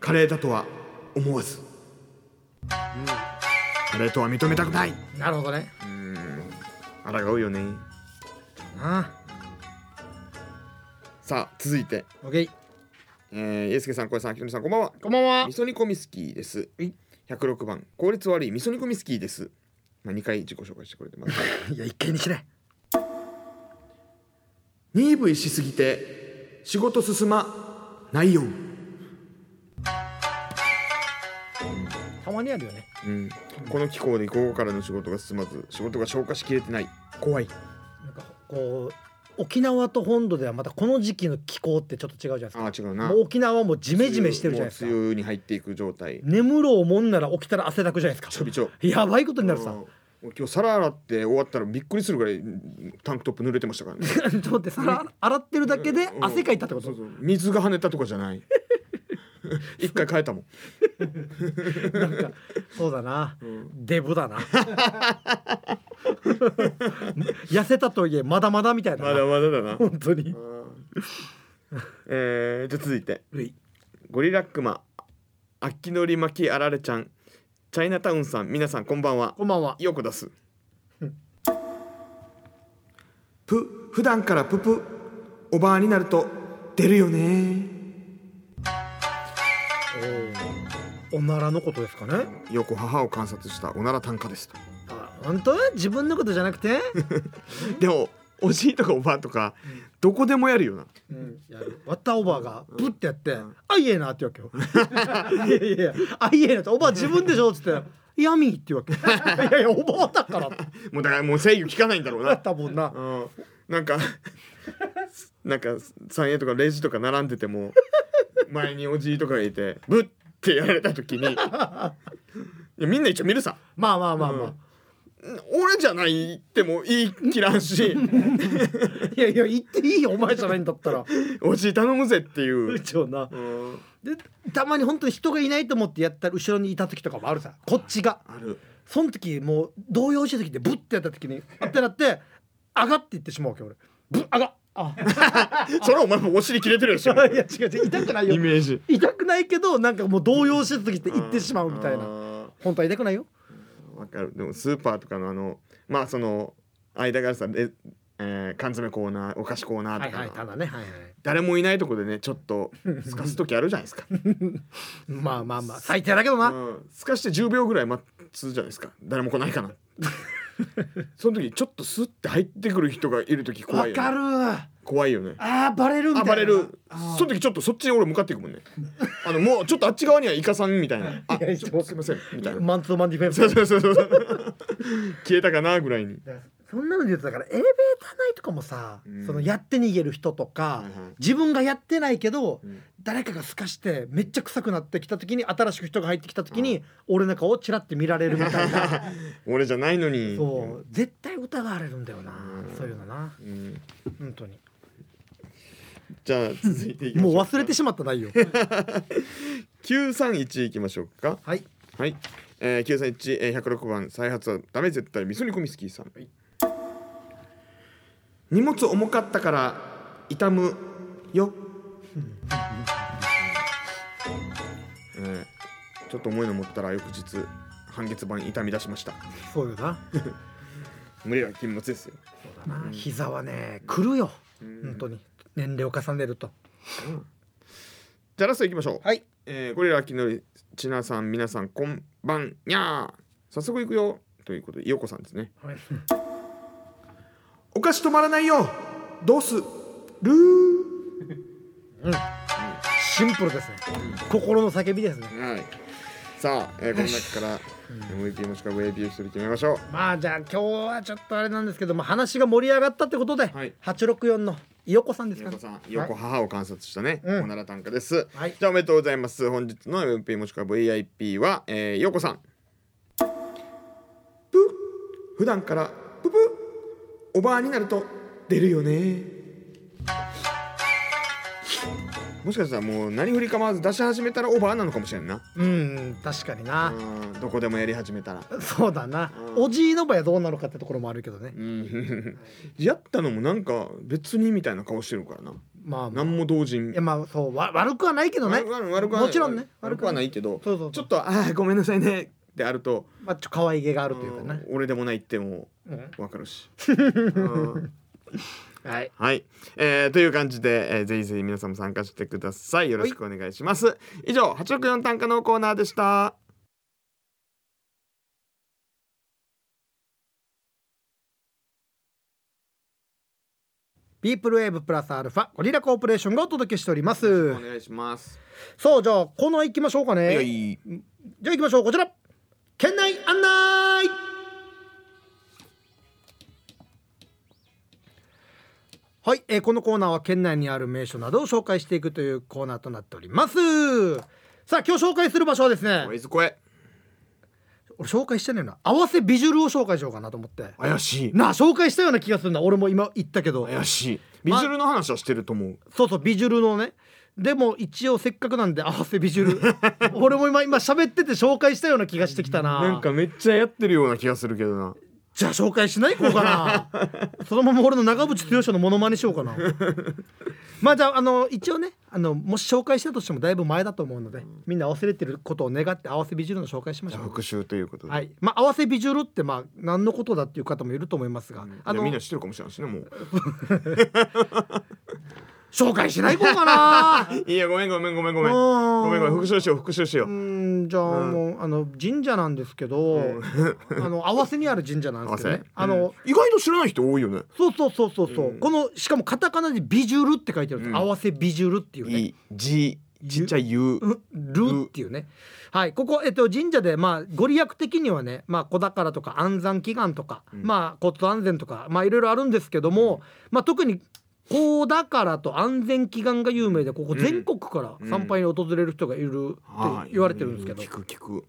Speaker 2: カレーだとは思わず、カレーとは認めたくない
Speaker 1: なるほどね
Speaker 2: あらがうよね
Speaker 1: あ
Speaker 2: さあ続いて
Speaker 1: オッケー
Speaker 2: えー、イエスケさん、小江さん、あきとりさん、こんばんは。
Speaker 1: こんばんは
Speaker 2: 味噌煮込み好きです
Speaker 1: はい。
Speaker 2: 106番、効率悪い味噌煮込み好きです。まあ、2回自己紹介してくれてます。
Speaker 1: いや一回にしない
Speaker 2: ニーブイしすぎて、仕事進まないよ。
Speaker 1: たまにあるよね
Speaker 2: うん。この気候で午後からの仕事が進まず、仕事が消化しきれてない。怖い。
Speaker 1: なんかこう沖縄と本土ではまたこの時期の気候ってちょっと違うじゃないです
Speaker 2: ああ、違う
Speaker 1: か
Speaker 2: な。
Speaker 1: もう沖縄はもうジメジメしてるじゃないです
Speaker 2: もう
Speaker 1: か
Speaker 2: 梅雨に入っていく状態。
Speaker 1: 眠ろうもんなら起きたら汗だくじゃないです
Speaker 2: ちょ
Speaker 1: か
Speaker 2: びちょ。
Speaker 1: やばいことになるさ
Speaker 2: うん俺今日皿洗って終わったらびっくりするぐらいうんタンクトップ濡れてましたから ね。
Speaker 1: ちょっと待って皿洗ってるだけで汗かいたってこ
Speaker 2: そ
Speaker 1: と
Speaker 2: うそう水が跳ねたとかじゃない 一回変えたもん
Speaker 1: なんかそうだな、デブだな痩せたとはいえまだまだみたいな、
Speaker 2: まだだな
Speaker 1: 本当に、
Speaker 2: えー、じゃあ続いて
Speaker 1: うい
Speaker 2: ゴリラックマあっきのりまきあられちゃんチャイナタウンさん皆さんこんばんは
Speaker 1: こんばんは
Speaker 2: ようこ出すぷ普段からぷぷおばあになると出るよね
Speaker 1: おならのことですかね
Speaker 2: よく母を観察したおなら短歌ですと
Speaker 1: あ本当自分のことじゃなくて、
Speaker 2: でもおじいとかおばあとかどこでもやるよな
Speaker 1: うん、やるワッタオバーがプッてやって「あいえな」って言うわけよ「いやいやいやあいえな」って「おばあ自分でしょ」っつって「ヤミー」って言うわけいやいやおばあだからって
Speaker 2: もうだからもう制御効かないんだろうな
Speaker 1: 多分な
Speaker 2: うんなんか なんか三円とかレジとか並んでても前におじいとかがいてブッてやられた時 にいやみんな一応見るさ
Speaker 1: まあまあまあまあ、
Speaker 2: 俺じゃないっても言い切らんし
Speaker 1: いやいや言っていいよお前じゃないんだったら
Speaker 2: おじい頼むぜっていう
Speaker 1: 部、長な
Speaker 2: うん、
Speaker 1: でたまに本当に人がいないと思ってやったら後ろにいた時とかもあるさこっちが
Speaker 2: ある
Speaker 1: その時もう動揺した時でブッてやった時にあってなって上がって言ってしまうわけ俺ブッ上がっあ
Speaker 2: それお前もうお尻切れてる でしょ
Speaker 1: いや違う違う痛くない
Speaker 2: イ
Speaker 1: よ
Speaker 2: メージ
Speaker 1: 痛くないけどなんかもう動揺してた時って言ってしまうみたい
Speaker 2: あ
Speaker 1: な
Speaker 2: ー
Speaker 1: 本当は痛くないよ
Speaker 2: わかるでもスーパーとかのあのまあその間があるさレえー缶詰コーナーお菓子コーナー
Speaker 1: はい
Speaker 2: とか、
Speaker 1: はいただねはいはい
Speaker 2: 誰もいないとこでねちょっ とすかす時あるじゃないですか、
Speaker 1: まあまあまあ最低だけどな、
Speaker 2: うん、すかして10秒ぐらい待つじゃないですか誰も来ない かなその時ちょっとスッて入ってくる人がいる時怖
Speaker 1: わ
Speaker 2: いよ
Speaker 1: か
Speaker 2: ね
Speaker 1: るあ
Speaker 2: 怖いよね
Speaker 1: ーバレるみたいな
Speaker 2: 暴れる
Speaker 1: あー
Speaker 2: その時ちょっとそっちに俺向かってい くもんねあのもうちょっとあっち側にはイカさんみたいなあ
Speaker 1: いや
Speaker 2: ちょっとすいませんみたいな
Speaker 1: マンツーマンディフェンス
Speaker 2: そうそうそうそう消えたかなぐらいに
Speaker 1: だからそんなので言うとだからエレベーター内とかもさ、
Speaker 2: うん
Speaker 1: そのやって逃げる人とか、
Speaker 2: はいはい
Speaker 1: 自分がやってないけど、
Speaker 2: ん
Speaker 1: 誰かがすかしてめっちゃ臭くなってきた時に新しく人が入ってきた時に、俺の顔をチラッて見られるみ たいな
Speaker 2: 俺じゃないのに
Speaker 1: そう絶対疑われるんだよな、
Speaker 2: うん
Speaker 1: そういうのな
Speaker 2: うん
Speaker 1: 本当に
Speaker 2: じゃあ続いていきまし
Speaker 1: も
Speaker 2: ょ
Speaker 1: う
Speaker 2: う
Speaker 1: 忘れてしまった内容
Speaker 2: 931いきましょうか
Speaker 1: はい
Speaker 2: はい、えー、931、えー、106番再発はダメ絶対味噌煮込みスキーさん、
Speaker 1: はい
Speaker 2: 荷物重かったから痛むよ、 えーちょっと重いの持ったら翌日半月板痛み出しました
Speaker 1: そうよなそう
Speaker 2: 無理は禁物ですよ
Speaker 1: だな、膝はね来るよ、本当に年齢を重ねると
Speaker 2: じゃあラストいきましょう
Speaker 1: はい
Speaker 2: えー、ゴリラきのりちなさん皆さんこんばんにゃー早速行くよということでよこさんですね
Speaker 1: はい
Speaker 2: お菓子止まらないよどうするー
Speaker 1: シンプルですね、心の叫びですね
Speaker 2: はいさあ、えー、この中から MVP もしくは VIP を一人決めましょう
Speaker 1: まあじゃあ今日はちょっとあれなんですけども話が盛り上がったってことで、
Speaker 2: はい
Speaker 1: 864のいよこさんです
Speaker 2: よ
Speaker 1: か
Speaker 2: こ
Speaker 1: ね
Speaker 2: さん、
Speaker 1: はい
Speaker 2: よこ母を観察したね、
Speaker 1: うん
Speaker 2: おなら短歌です、
Speaker 1: はい
Speaker 2: じゃあおめでとうございます本日の MVP もしくは VIP は、えー、よこさんぷ普段からププおばあになると出るよねもしかしたらもう何振り構わず出し始めたらおばあなのかもしれんな
Speaker 1: うん確かに
Speaker 2: う
Speaker 1: な、
Speaker 2: んどこでもやり始めたら
Speaker 1: そうだな、
Speaker 2: うん
Speaker 1: おじいの場合はどうなるかってところもあるけどね、
Speaker 2: うんやったのもなんか別にみたいな顔してるからな
Speaker 1: まあまあ
Speaker 2: 何も同人
Speaker 1: いやまあそうわ悪くはないけどね
Speaker 2: 悪くはない悪くはない
Speaker 1: もちろんね
Speaker 2: 悪くはないけど
Speaker 1: そうそうそう
Speaker 2: ちょっと「ああごめんなさいね」であると
Speaker 1: まあちょっと可愛げがあるというかね
Speaker 2: うん俺でもないっても
Speaker 1: うん
Speaker 2: 分かるし。うん
Speaker 1: はい
Speaker 2: はい、えーという感じで、えーぜひぜひ皆さんも参加してくださいよろしくお願いします、以上8億4単価のコーナーでした
Speaker 1: ピープルウェーブプラスアルファゴリラコーポレーションがお届けしております
Speaker 2: お願いします
Speaker 1: そうじゃあコーナー行きましょうかね
Speaker 2: はいはい
Speaker 1: じゃあ行きましょうこちら県内案内はい、えーこのコーナーは県内にある名所などを紹介していくというコーナーとなっておりますさあ今日紹介する場所はですね
Speaker 2: おいずこへ
Speaker 1: 俺紹介してないな合わせビジュルを紹介しようかなと思って
Speaker 2: 怪しい
Speaker 1: なあ紹介したような気がするんだ俺も今言ったけど
Speaker 2: 怪しいビジュルの話はしてると思う、
Speaker 1: そうそうビジュルのねでも一応せっかくなんで合わせビジュル 俺も今今喋ってて紹介したような気がしてきたな
Speaker 2: なんかめっちゃやってるような気がするけどな
Speaker 1: じゃあ紹介しないこうか なそのまま俺の長渕剛のモノマネしようかなまあじゃああの一応ねあのもし紹介したとしてもだいぶ前だと思うので、みんな忘れてることを願って合わせビジュールの紹介しましょう
Speaker 2: 復習ということで、
Speaker 1: はいまあ合わせビジュールってまあ何のことだっていう方もいると思いますが、あ
Speaker 2: いや
Speaker 1: の
Speaker 2: みんな知ってるかもしれないしねもう
Speaker 1: 紹介しないこうかな
Speaker 2: いやごめんごめんごめんごめん
Speaker 1: うん
Speaker 2: ごめんごめん復習しよう復習しよ
Speaker 1: う
Speaker 2: う、
Speaker 1: んじゃあもう、あの神社なんですけど、あの合わせにある神社なん
Speaker 2: 合
Speaker 1: で
Speaker 2: わ
Speaker 1: す
Speaker 2: せ
Speaker 1: けどねあの、
Speaker 2: うん意外と知らない人多いよね
Speaker 1: そうそうそうそうそう、
Speaker 2: うん
Speaker 1: このしかもカタカナでビジュルって書いてあるんです、
Speaker 2: うん
Speaker 1: 合わせビジュルっていうね
Speaker 2: E G ちっちゃい U
Speaker 1: うルっていうねはいここ、えっと、神社で、まあ、ご利益的にはね、まあ、子宝とか安産祈願とか、
Speaker 2: うん
Speaker 1: まあ、骨安全とか、まあ、いろいろあるんですけども、まあ、特に子宝と安全祈願が有名でここ
Speaker 2: うん
Speaker 1: 全国から参拝に訪れる人がいるっ
Speaker 2: は
Speaker 1: て
Speaker 2: い
Speaker 1: 言われてるんですけど、
Speaker 2: 聞く聞く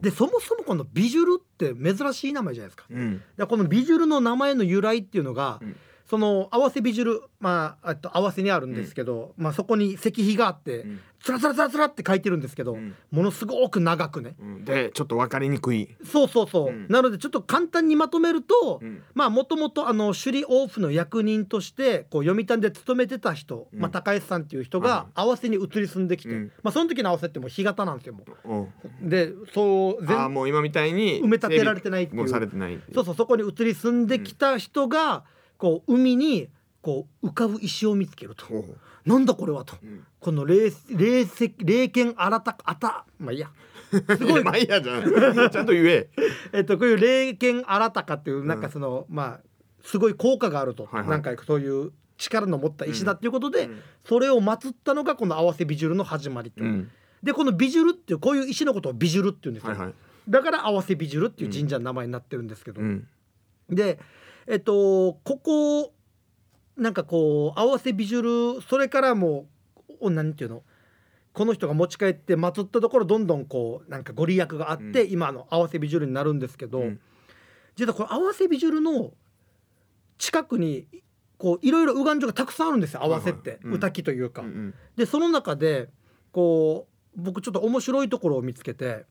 Speaker 1: でそもそもこのビジュルって珍しい名前じゃないですか。
Speaker 2: うん
Speaker 1: でこのビジュルの名前の由来っていうのが、
Speaker 2: うん
Speaker 1: その合わせビジュル、まあ、あと合わせにあるんですけど、まあ、そこに石碑があって、
Speaker 2: うん
Speaker 1: つらつらつらつらって書いてるんですけど、
Speaker 2: うん
Speaker 1: ものすごく長くね
Speaker 2: うんでちょっと分かりにくい
Speaker 1: そうそうそう、
Speaker 2: うん
Speaker 1: なのでちょっと簡単にまとめると、
Speaker 2: うん
Speaker 1: まあもともとあの首里王府の役人としてこう読谷で勤めてた人、
Speaker 2: うん
Speaker 1: まあ、高橋さんっていう人が合わせに移り住んできて、
Speaker 2: うん
Speaker 1: まあ、その時の合わせってもう干潟なんですよも
Speaker 2: おう
Speaker 1: うでそう
Speaker 2: ああ
Speaker 1: 全
Speaker 2: もう今みたい
Speaker 1: 埋
Speaker 2: に
Speaker 1: め立てられてないっていう
Speaker 2: もうされてない
Speaker 1: そうそうそこに移り住んできた人が、こう海にこう浮かぶ石を見つけると
Speaker 2: おう
Speaker 1: なんだこれはと
Speaker 2: うん
Speaker 1: この霊霊石霊剣あらたあたまあいいやす
Speaker 2: い
Speaker 1: ご
Speaker 2: や
Speaker 1: い
Speaker 2: まあいいや じゃんちゃんと言え
Speaker 1: えっと、こういう霊剣新たかっていうなんかその、まあすごい効果があると、
Speaker 2: はいはい
Speaker 1: なんかそういう力の持った石だっていうことで、
Speaker 2: うん
Speaker 1: それを祀ったのがこの合わせビジュルの始まりと、
Speaker 2: うん
Speaker 1: でこのビジュルっていうこういう石のことをビジュルっていうんですよ、
Speaker 2: はいはい
Speaker 1: だから合わせビジュルっていう神社の名前になってるんですけど、
Speaker 2: うん
Speaker 1: でえっとここなんかこう合わせビジュルそれからもうお何ていうのこの人が持ち帰って祀ったところどんどんこうなんかご利益があって、
Speaker 2: う
Speaker 1: 今の合わせビジュルになるんですけど、
Speaker 2: うん
Speaker 1: 実はこの合わせビジュルの近くにこういろいろ右岸所がたくさんあるんですよ合わせって、
Speaker 2: はいはいうん
Speaker 1: うたきというか。
Speaker 2: うんうん
Speaker 1: でその中でこう僕ちょっと面白いところを見つけて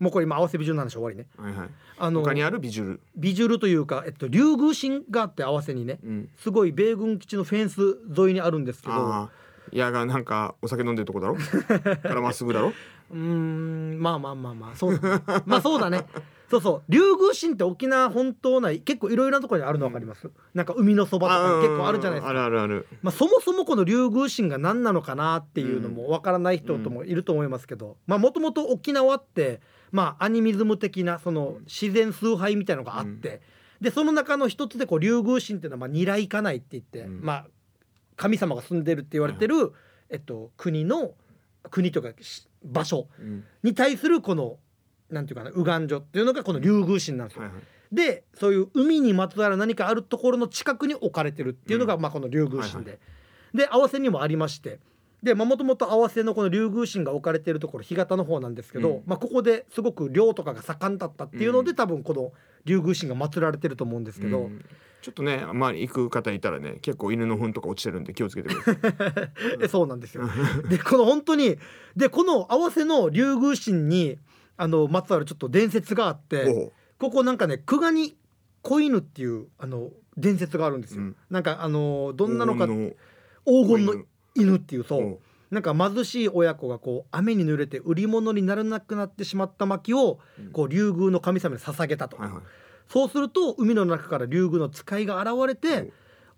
Speaker 1: もうこれ今合わせビジュルの話終わりね。
Speaker 2: はいはい
Speaker 1: あの
Speaker 2: 他にあるビジュル
Speaker 1: ビジュルというか、えっと、竜宮神があって合わせにね
Speaker 2: うん
Speaker 1: すごい米軍基地のフェンス沿いにあるんですけど
Speaker 2: ああいやがなんかお酒飲んでる とこだろからまっすぐだろ
Speaker 1: うーんまあまあまあまあそうだねまあそうだねそうそう竜宮神って沖縄本島内結構いろいろなところにあるの分かります、なんか海のそばとかに結構あるじゃないですか
Speaker 2: あるあるある
Speaker 1: まあ、そもそもこの竜宮神が何なのかなっていうのもわからない人ともいると思いますけどまあもともと沖縄ってまあアニミズム的なその自然崇拝みたいのがあってでその中の一つでこう竜宮神っていうのはまあ二来家内って言って
Speaker 2: うん
Speaker 1: まあ神様が住んでるって言われてるえっと国の国というかし場所
Speaker 2: うん
Speaker 1: に対するこのなんていうかな右岸所っていうのがこの竜宮神なんですよ
Speaker 2: はいはい
Speaker 1: でそういう海にまつわる何かあるところの近くに置かれてるっていうのが、
Speaker 2: う
Speaker 1: まあ、この竜宮神で、
Speaker 2: はい
Speaker 1: で合わせにもありましてでもともと合わせのこの竜宮神が置かれているところ干潟の方なんですけど、
Speaker 2: うん
Speaker 1: まあ、ここですごく漁とかが盛んだったっていうので、
Speaker 2: う
Speaker 1: 多分この竜宮神が祀られてると思うんですけど、
Speaker 2: うんちょっとねまあ行く方いたらね結構犬の糞とか落ちてるんで気をつけてください
Speaker 1: えそうなんですよ。でこの本当にでこの合わせの竜宮神にあのまつわるちょっと伝説があって
Speaker 2: おう
Speaker 1: ここなんかね久我に子犬っていうあの伝説があるんですよ。
Speaker 2: うん
Speaker 1: なんかあのどんなのか
Speaker 2: 黄
Speaker 1: 黄金
Speaker 2: 金の
Speaker 1: の犬っていう
Speaker 2: お
Speaker 1: そう
Speaker 2: う
Speaker 1: なんか貧しい親子がこう雨に濡れて売り物にならなくなってしまった薪を
Speaker 2: うん
Speaker 1: こう竜宮の神様に捧げたと、
Speaker 2: はいはい
Speaker 1: そうすると海の中から竜宮の使いが現れて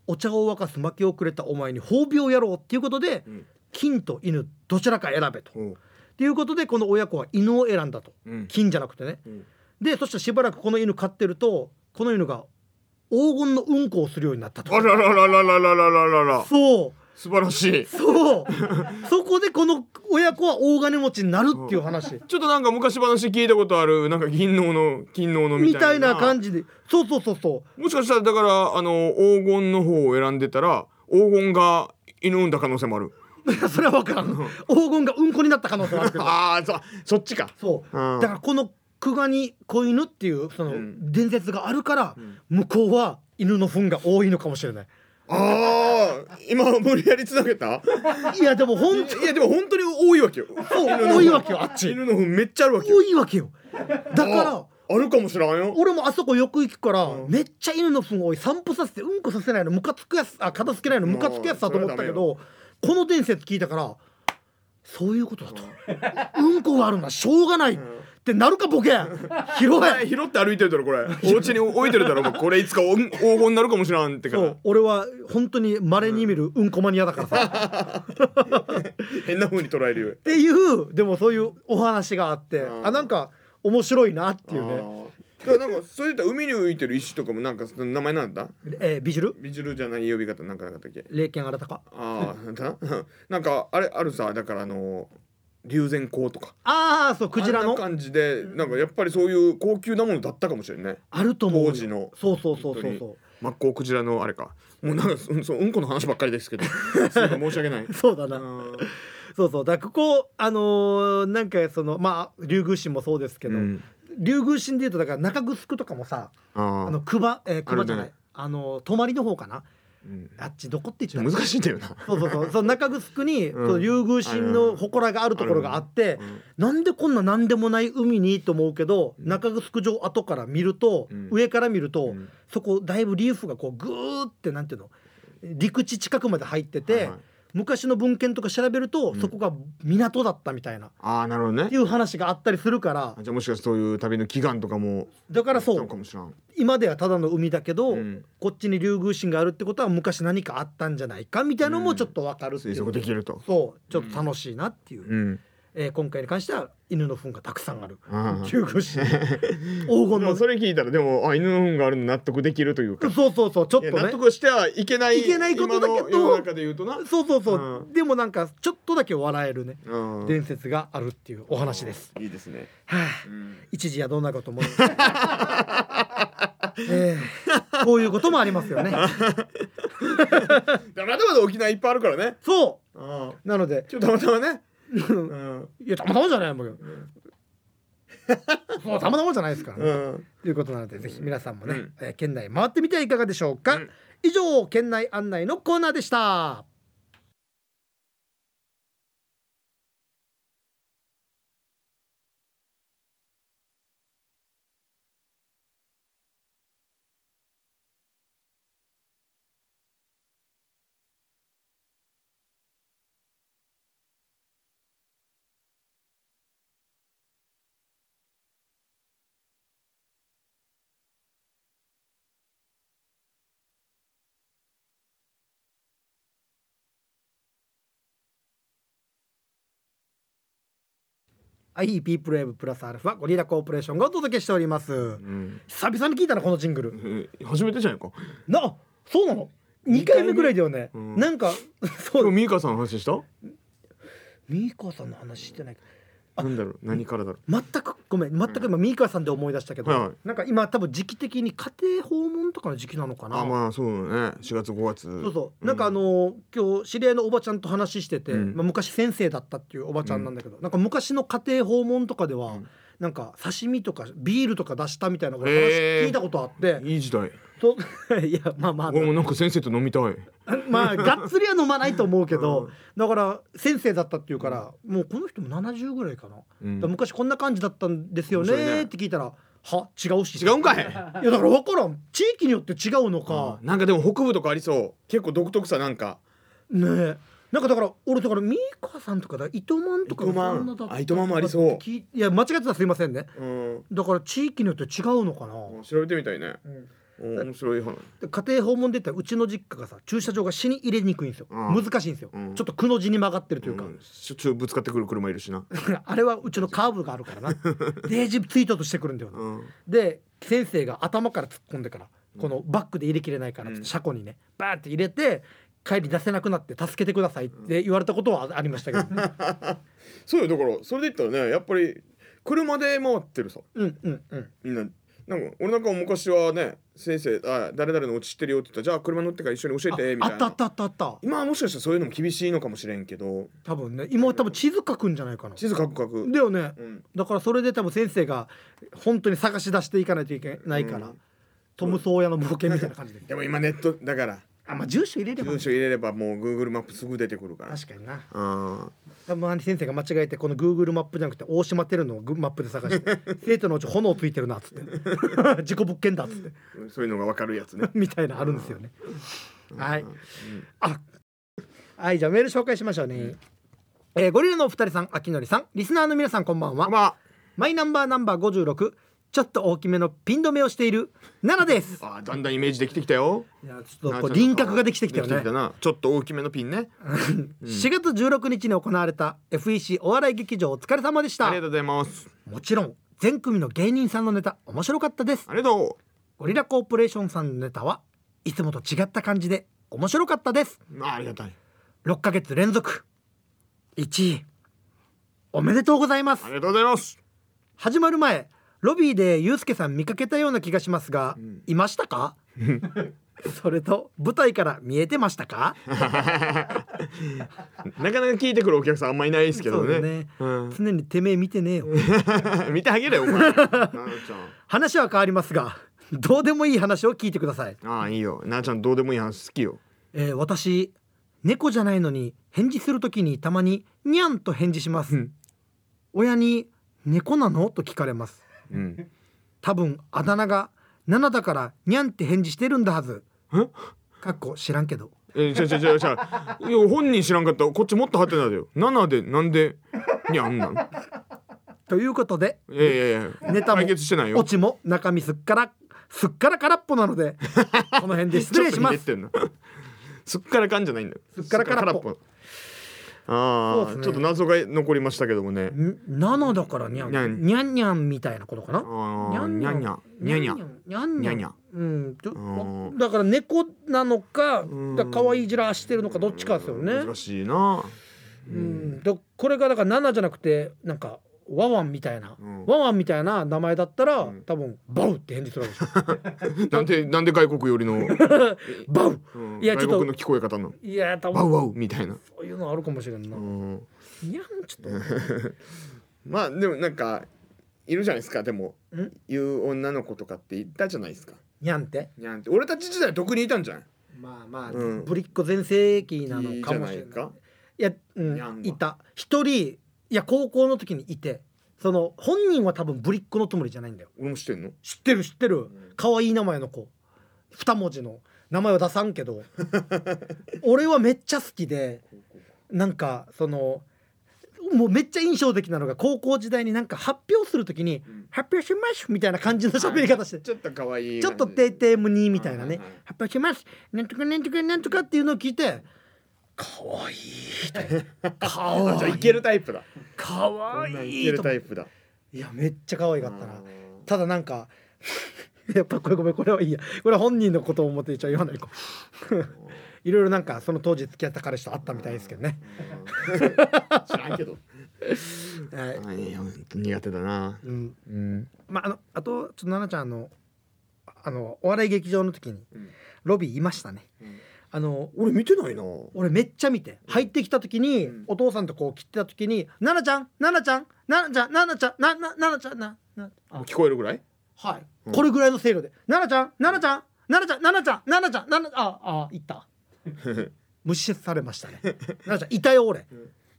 Speaker 1: お茶を沸かす薪をくれたお前に褒美をやろうっていうことで
Speaker 2: うん
Speaker 1: 金と犬どちらか選べと。
Speaker 2: おう
Speaker 1: っていうことでこの親子は犬を選んだと
Speaker 2: うん
Speaker 1: 金じゃなくてね。
Speaker 2: うん
Speaker 1: でそしてしばらくこの犬飼ってるとこの犬が黄金のうんこをするようになったと
Speaker 2: あ。らららららららららら
Speaker 1: そう
Speaker 2: 素晴らしい
Speaker 1: そうそこでこの親子は大金持ちになるっていう話
Speaker 2: ちょっとなんか昔話聞いたことあるなんか銀のの金ののみ
Speaker 1: み
Speaker 2: た
Speaker 1: た
Speaker 2: い
Speaker 1: い
Speaker 2: な
Speaker 1: な感じでそうそうそうそ
Speaker 2: もしかしたらだからあの黄金の方を選んでたら黄金が犬産んだ可能性もある
Speaker 1: う それは分からん黄金がうんこになった可能性があるけど
Speaker 2: ああそそっちか
Speaker 1: そう
Speaker 2: うん
Speaker 1: だからこの久我に子犬っていうその
Speaker 2: うん
Speaker 1: 伝説があるから
Speaker 2: ん
Speaker 1: 向こうは犬の糞が多いのかもしれない
Speaker 2: ああ今無理やりつなげた
Speaker 1: いやでも本当
Speaker 2: いやでも本当に多いわけよ
Speaker 1: そう多いわけよあっち
Speaker 2: 犬の糞めっちゃあるわけよ
Speaker 1: 多いわけよだから
Speaker 2: ああるかもしれんよ
Speaker 1: 俺もあそこよく行くから、
Speaker 2: うん
Speaker 1: めっちゃ犬の糞多い散歩させてうんこさせないのムカつくやつあ片付けないのムカつくやつだと思ったけどこの伝説聞いたからそういうことだ と、うんこがあるなしょうがない、ってなるかボ ケ拾え
Speaker 2: 拾って歩いてるだろこれお家に置いてるだろもうこれいつかおん黄金になるかもしれんってか
Speaker 1: そ
Speaker 2: ら
Speaker 1: う俺は本当に稀に見るうんこマニアだからさ、っ
Speaker 2: 変な風に捉えるよ
Speaker 1: ていうでもそういうお話があって、
Speaker 2: うん
Speaker 1: あなんか面白いなっていうね、
Speaker 2: ねだからなんかそういった海に浮いてる石とかもなんかその名前なんだ
Speaker 1: えービジュル
Speaker 2: ビジュルじゃない呼び方なんかなかったっけ
Speaker 1: 霊剣新たか
Speaker 2: ああなんだ なんかあれあるさだからあの龍涎香とか
Speaker 1: ああそうクジラ
Speaker 2: あん
Speaker 1: の
Speaker 2: な感じでなんかやっぱりそういう高級なものだったかもしれない
Speaker 1: あると思うよ
Speaker 2: 当時の
Speaker 1: そうそうそうそう
Speaker 2: 本当
Speaker 1: そう
Speaker 2: にマッコウクジラのあれかもうなんかそそうんこの話ばっかりですけ どすいません申し訳ない
Speaker 1: そうだ
Speaker 2: あ
Speaker 1: な、
Speaker 2: ー
Speaker 1: そうそうだからここあのーなんかそのまあ竜宮神もそうですけど、
Speaker 2: うん
Speaker 1: 竜宮神でいうとだから中城とかもさ
Speaker 2: あ
Speaker 1: あ
Speaker 2: ー
Speaker 1: の熊えー、熊じゃないあ,、
Speaker 2: あるね
Speaker 1: の泊まりの方かな
Speaker 2: うん
Speaker 1: あっちどこって
Speaker 2: ちょ
Speaker 1: 言
Speaker 2: っ
Speaker 1: っ
Speaker 2: と
Speaker 1: てた
Speaker 2: 難しいんだよな
Speaker 1: そうそうそうその中城に、
Speaker 2: うん
Speaker 1: その竜宮神の祠があるところがあってなんでこんな何でもない海にと思うけど
Speaker 2: うん
Speaker 1: 中城城後から見ると、
Speaker 2: うん
Speaker 1: 上から見ると、
Speaker 2: うん
Speaker 1: そこだいぶリーフがこうグーってなんていうの陸地近くまで入ってて、
Speaker 2: はいはい
Speaker 1: 昔の文献とか調べると、
Speaker 2: うん
Speaker 1: そこが港だったみたいな
Speaker 2: ああなるほど
Speaker 1: っ
Speaker 2: ね
Speaker 1: ていう話があったりするから
Speaker 2: じゃあもしかしてそういう旅の祈願とかも
Speaker 1: だからそ
Speaker 2: あったの
Speaker 1: う
Speaker 2: かもしれん
Speaker 1: 今ではただの海だけど、
Speaker 2: うん
Speaker 1: こっちに竜宮神があるってことは昔何かあったんじゃないかみたいなのもちょっとわかるってい
Speaker 2: 推
Speaker 1: う、
Speaker 2: 測できると
Speaker 1: そうちょっと楽しいなっていう、
Speaker 2: うん
Speaker 1: えー今回に関しては犬の糞がたくさんある
Speaker 2: あー
Speaker 1: 竜宮神黄金
Speaker 2: でも
Speaker 1: の
Speaker 2: それ聞いたらでもあ犬の糞があるの納得できるというか
Speaker 1: そうそうそうちょっ
Speaker 2: いや
Speaker 1: と
Speaker 2: 納
Speaker 1: ね
Speaker 2: 得してはいけない
Speaker 1: いけないことだけど
Speaker 2: 今の世の中で言うとな、
Speaker 1: そうそうそう、
Speaker 2: う
Speaker 1: でもなんかちょっとだけ笑えるね
Speaker 2: うん
Speaker 1: 伝説があるっていうお話です、
Speaker 2: いいですね、
Speaker 1: はあ
Speaker 2: うん
Speaker 1: 一時はどうなるかと思います。えーこういうこともありますよね。
Speaker 2: だからまだまだ沖縄いっぱいあるからね
Speaker 1: そ
Speaker 2: 今
Speaker 1: うなので、
Speaker 2: 日たまたまね、
Speaker 1: うん
Speaker 2: ん
Speaker 1: いやたまたまじゃないもん。そうたまたまじゃないですからね。
Speaker 2: うん、
Speaker 1: ということなのでぜひ皆さんもね、
Speaker 2: うん
Speaker 1: えー県内回ってみてはいかがでしょうか。
Speaker 2: うん
Speaker 1: 以上県内案内のコーナーでした。IEP プレーブプラスアルファゴリラコーポレーションがお届けしております。久々に聞いたなこのジングル。
Speaker 2: 初めてじゃないか
Speaker 1: なそうなの。2回目ぐらいだよね。
Speaker 2: うん
Speaker 1: なんかそう
Speaker 2: 今日ミーカさんの話した
Speaker 1: ミーカーさんの話してない
Speaker 2: なんだろう何からだろ
Speaker 1: 全くごめん全く今三川さんで思い出したけど、
Speaker 2: はいはい
Speaker 1: なんか今多分時期的に家庭訪問とかの時期なのか
Speaker 2: う
Speaker 1: な
Speaker 2: あまあそうだね4月5月
Speaker 1: そうそうなんかあの今日知り合いのおばちゃんと話してて、
Speaker 2: うん
Speaker 1: まあ、昔先生だったっていうおばちゃんなんだけど、なんか昔の家庭訪問とかでは、
Speaker 2: うん
Speaker 1: なんか刺身とかビールとか出したみたいなこと話
Speaker 2: へー
Speaker 1: 聞いたことあって、
Speaker 2: いい時代
Speaker 1: そう いやまあまあ
Speaker 2: 俺もなんか先生と飲みたい
Speaker 1: まあがっつりは飲まないと思うけど、だから先生だったっていうから、もうこの人も70ぐらいかな、
Speaker 2: うん
Speaker 1: だから昔こんな感じだったんですよ
Speaker 2: 面白いね
Speaker 1: ねって聞いたら「は違うし」
Speaker 2: 違うんかい
Speaker 1: いやだから分からん地域によって違うのか、
Speaker 2: なんかでも北部とかありそう結構独特さなんか
Speaker 1: ねえなんかだから俺だからミーカさんとかだ糸満とか
Speaker 2: 糸満
Speaker 1: そんなだった
Speaker 2: あ糸満もありそう
Speaker 1: 聞いいや間違ってたらすいませんね
Speaker 2: うん
Speaker 1: だから地域によって違うのかな、
Speaker 2: 調べてみたいねうん面白い話
Speaker 1: で家庭訪問で言ったらうちの実家がさ駐車場が死に入れにくいんですよ、
Speaker 2: うん
Speaker 1: 難しいんですよ、
Speaker 2: うん
Speaker 1: ちょっとくの字に曲がってるというか、
Speaker 2: うんしょっちゅうぶつかってくる車いるしな
Speaker 1: あれはうちのカーブがあるから なデージツイートとしてくるんだよな、
Speaker 2: うん
Speaker 1: で先生が頭から突っ込んでからこのバッグで入れきれないから
Speaker 2: うん
Speaker 1: ちょっと車庫にねバーって入れて帰り出せなくなって助けてくださいって言われたことはあありました けど
Speaker 2: そうよだからそれで言ったらねやっぱり車で回ってるさ
Speaker 1: うんうんうん
Speaker 2: みんななんか俺なんかも昔はね先生あ誰々のお家知ってるよって言ったらじゃあ車乗ってから一緒に 教えてみ
Speaker 1: あ
Speaker 2: たい
Speaker 1: あ
Speaker 2: な
Speaker 1: ったあったあったあった
Speaker 2: 今はもしかしたらそういうのも厳しいのかもしれんけど
Speaker 1: 多分ね今は多分地図書くんじゃないかな
Speaker 2: 地図カクカク
Speaker 1: だよね
Speaker 2: うん
Speaker 1: だからそれで多分先生が本当に探し出していかないといけないから、
Speaker 2: うん
Speaker 1: トム・ソーヤの冒険みたいな感じで
Speaker 2: でも今ネットだから
Speaker 1: あまあ住所入れれば
Speaker 2: 住所入れればもう Google マップすぐ出てくるから
Speaker 1: 確かにな
Speaker 2: あ
Speaker 1: 多分先生が間違えてこの Google マップじゃなくて大島テルのグマップで探して 生徒のうち炎ついてるなっつって 事故物件だっつって
Speaker 2: ーそういうのが分かるやつね
Speaker 1: みたいなあるんですよねはいあはいじゃあメール紹介しましょうね、えーゴリラのお二人さん秋のりさんリスナーの皆さんこんばんは
Speaker 2: ま
Speaker 1: マイナンバーナンバー56ちょっと大きめのピン止めをしている奈良です
Speaker 2: ああーだんだんイメージできてきたよ
Speaker 1: いやちょっと
Speaker 2: な
Speaker 1: こう
Speaker 2: あちゃん
Speaker 1: 輪郭ができてきたよ
Speaker 2: で
Speaker 1: ね
Speaker 2: なちょっと大きめのピンね
Speaker 1: 4月16日に行われた FEC お笑い劇場お疲れ様でし
Speaker 2: あ
Speaker 1: た
Speaker 2: りがとうございます
Speaker 1: もちろん全組の芸人さんのネタ面白かったです
Speaker 2: ありがと
Speaker 1: ゴリラコーポレーションさんのネタはいつもと違った感じで面白かったです
Speaker 2: うあありがたい
Speaker 1: 6ヶ月連続1位おめでとうございます
Speaker 2: ありがとうございます
Speaker 1: 始まる前ロビーでユうスケさん見かけたような気がしますが、いました かそれと舞台から見えてましたか
Speaker 2: なかなか聞いてくるお客さんあんまいないですけど
Speaker 1: そうだ
Speaker 2: ね
Speaker 1: ね
Speaker 2: うん、
Speaker 1: 常にてめえ見てねえよ
Speaker 2: 見てあげれよお前なあちゃ
Speaker 1: 話は変わりますがどうでもいい話を聞いてください、
Speaker 2: んああいいよなあちゃんどうでもいい話好きよ
Speaker 1: えー私猫じゃないのに返事するときにたまににゃんと返事します、
Speaker 2: ん
Speaker 1: 親に猫なのと聞かれます
Speaker 2: うん
Speaker 1: 多分あだ名が7だからにゃんって返事してるんだはず
Speaker 2: え
Speaker 1: かっこ知らんけど
Speaker 2: えちゃちゃちゃちゃいや本人知らんかったこっちもっとハテナだよ7でなんでにゃんなん
Speaker 1: ということで
Speaker 2: いやいやいや
Speaker 1: ネタも
Speaker 2: 解決してないよ
Speaker 1: オチも中身すっからすっから空っぽなの でこの辺で失礼します
Speaker 2: ちょっとひねってんなすっからかんじゃないんだよ
Speaker 1: すっからからっぽ
Speaker 2: すっからあ
Speaker 1: そ
Speaker 2: あ、
Speaker 1: うですね
Speaker 2: ちょっと謎が残りましたけどもね
Speaker 1: ん7だからにゃん
Speaker 2: にゃ
Speaker 1: にゃ
Speaker 2: ん
Speaker 1: んにゃんみたいなことかな
Speaker 2: ああにゃんにゃんにゃんにゃん
Speaker 1: にゃんにゃん
Speaker 2: にゃん
Speaker 1: うんちょ
Speaker 2: うん
Speaker 1: だから猫なのか
Speaker 2: うん
Speaker 1: だから可愛いじらしてるのかどっちかですよね
Speaker 2: 難しいな
Speaker 1: うんでこれがだから7じゃなくてなんかワワンみたいな、
Speaker 2: うん
Speaker 1: ワワンみたいな名前だったら、
Speaker 2: うん
Speaker 1: 多分バウって返事するわ けでしょ
Speaker 2: なんでなんで外国よりの、
Speaker 1: バウ
Speaker 2: うん
Speaker 1: いやちょっと
Speaker 2: 外国の聞こえ方なの
Speaker 1: いや多
Speaker 2: ワウ
Speaker 1: 分
Speaker 2: ワウみたいな、
Speaker 1: そういうのあるかもしれんな、
Speaker 2: うん、
Speaker 1: にゃんちょっと
Speaker 2: まあでもなんかいるじゃないですかでも
Speaker 1: ん
Speaker 2: いう女の子とかっていたじゃないですか
Speaker 1: にゃんって
Speaker 2: にゃんって俺たち時代特にいたんじゃん
Speaker 1: まあまあ、
Speaker 2: うん
Speaker 1: ぶりっ子全盛期なのか
Speaker 2: じゃ
Speaker 1: も
Speaker 2: な
Speaker 1: しれ
Speaker 2: い
Speaker 1: ない
Speaker 2: か
Speaker 1: いや、う
Speaker 2: にゃん
Speaker 1: ん、
Speaker 2: が
Speaker 1: いた一人いや高校の時にいてその本人は多分ぶりっ子のつもりじゃないんだよ
Speaker 2: 俺も知ってんの
Speaker 1: 知ってる知ってる可愛い名前の子二文字の名前は出さんけ ど俺はめっちゃ好きでなんかそのもうめっちゃ印象的なのが高校時代になんか発表する時に
Speaker 2: ん
Speaker 1: 「発表します」みたいな感じの喋り方して
Speaker 2: ちょっと可愛い
Speaker 1: ちょ
Speaker 2: 感
Speaker 1: っと
Speaker 2: じ
Speaker 1: 定点無にみたいなね
Speaker 2: はいはいはい
Speaker 1: 「発表します」「なんとかなんとかなんとか」っていうのを聞いて「かわいい」 か
Speaker 2: あじ
Speaker 1: わ
Speaker 2: ゃあ
Speaker 1: い
Speaker 2: い
Speaker 1: い
Speaker 2: けるタイプだ
Speaker 1: かわ
Speaker 2: 女
Speaker 1: い
Speaker 2: い
Speaker 1: い
Speaker 2: け
Speaker 1: と思っ
Speaker 2: るタ
Speaker 1: て
Speaker 2: イプだ
Speaker 1: いやめっちゃ可愛かった
Speaker 2: あ
Speaker 1: な
Speaker 2: ー
Speaker 1: ただなんか やっぱこれごめんこれはいいやこれは本人のことを思って一応言わないこいろいろなんかその当時付き合った彼氏と会ったみたいですけどね
Speaker 2: 知らんけど
Speaker 1: はい
Speaker 2: いや本当苦手だな
Speaker 1: うん
Speaker 2: うん
Speaker 1: まああのあとちょっと奈々ちゃんあのあのお笑い劇場の時に
Speaker 2: うん
Speaker 1: ロビーいましたね、
Speaker 2: うん
Speaker 1: あの
Speaker 2: 俺見てないな
Speaker 1: 俺めっちゃ見て入ってきた時に、
Speaker 2: うん
Speaker 1: お父さんとこう切ってた時に「奈々ちゃん奈々ちゃん奈々ちゃん奈々ちゃんなな奈々ちゃんななあ
Speaker 2: 聞こえるぐらい
Speaker 1: はい、
Speaker 2: うん
Speaker 1: これぐらいの声量で「奈々ちゃん奈々ちゃん奈々ちゃん奈々ちゃん奈々ちゃん奈々ああいった」 無視されましたね奈々ちゃんいたよ俺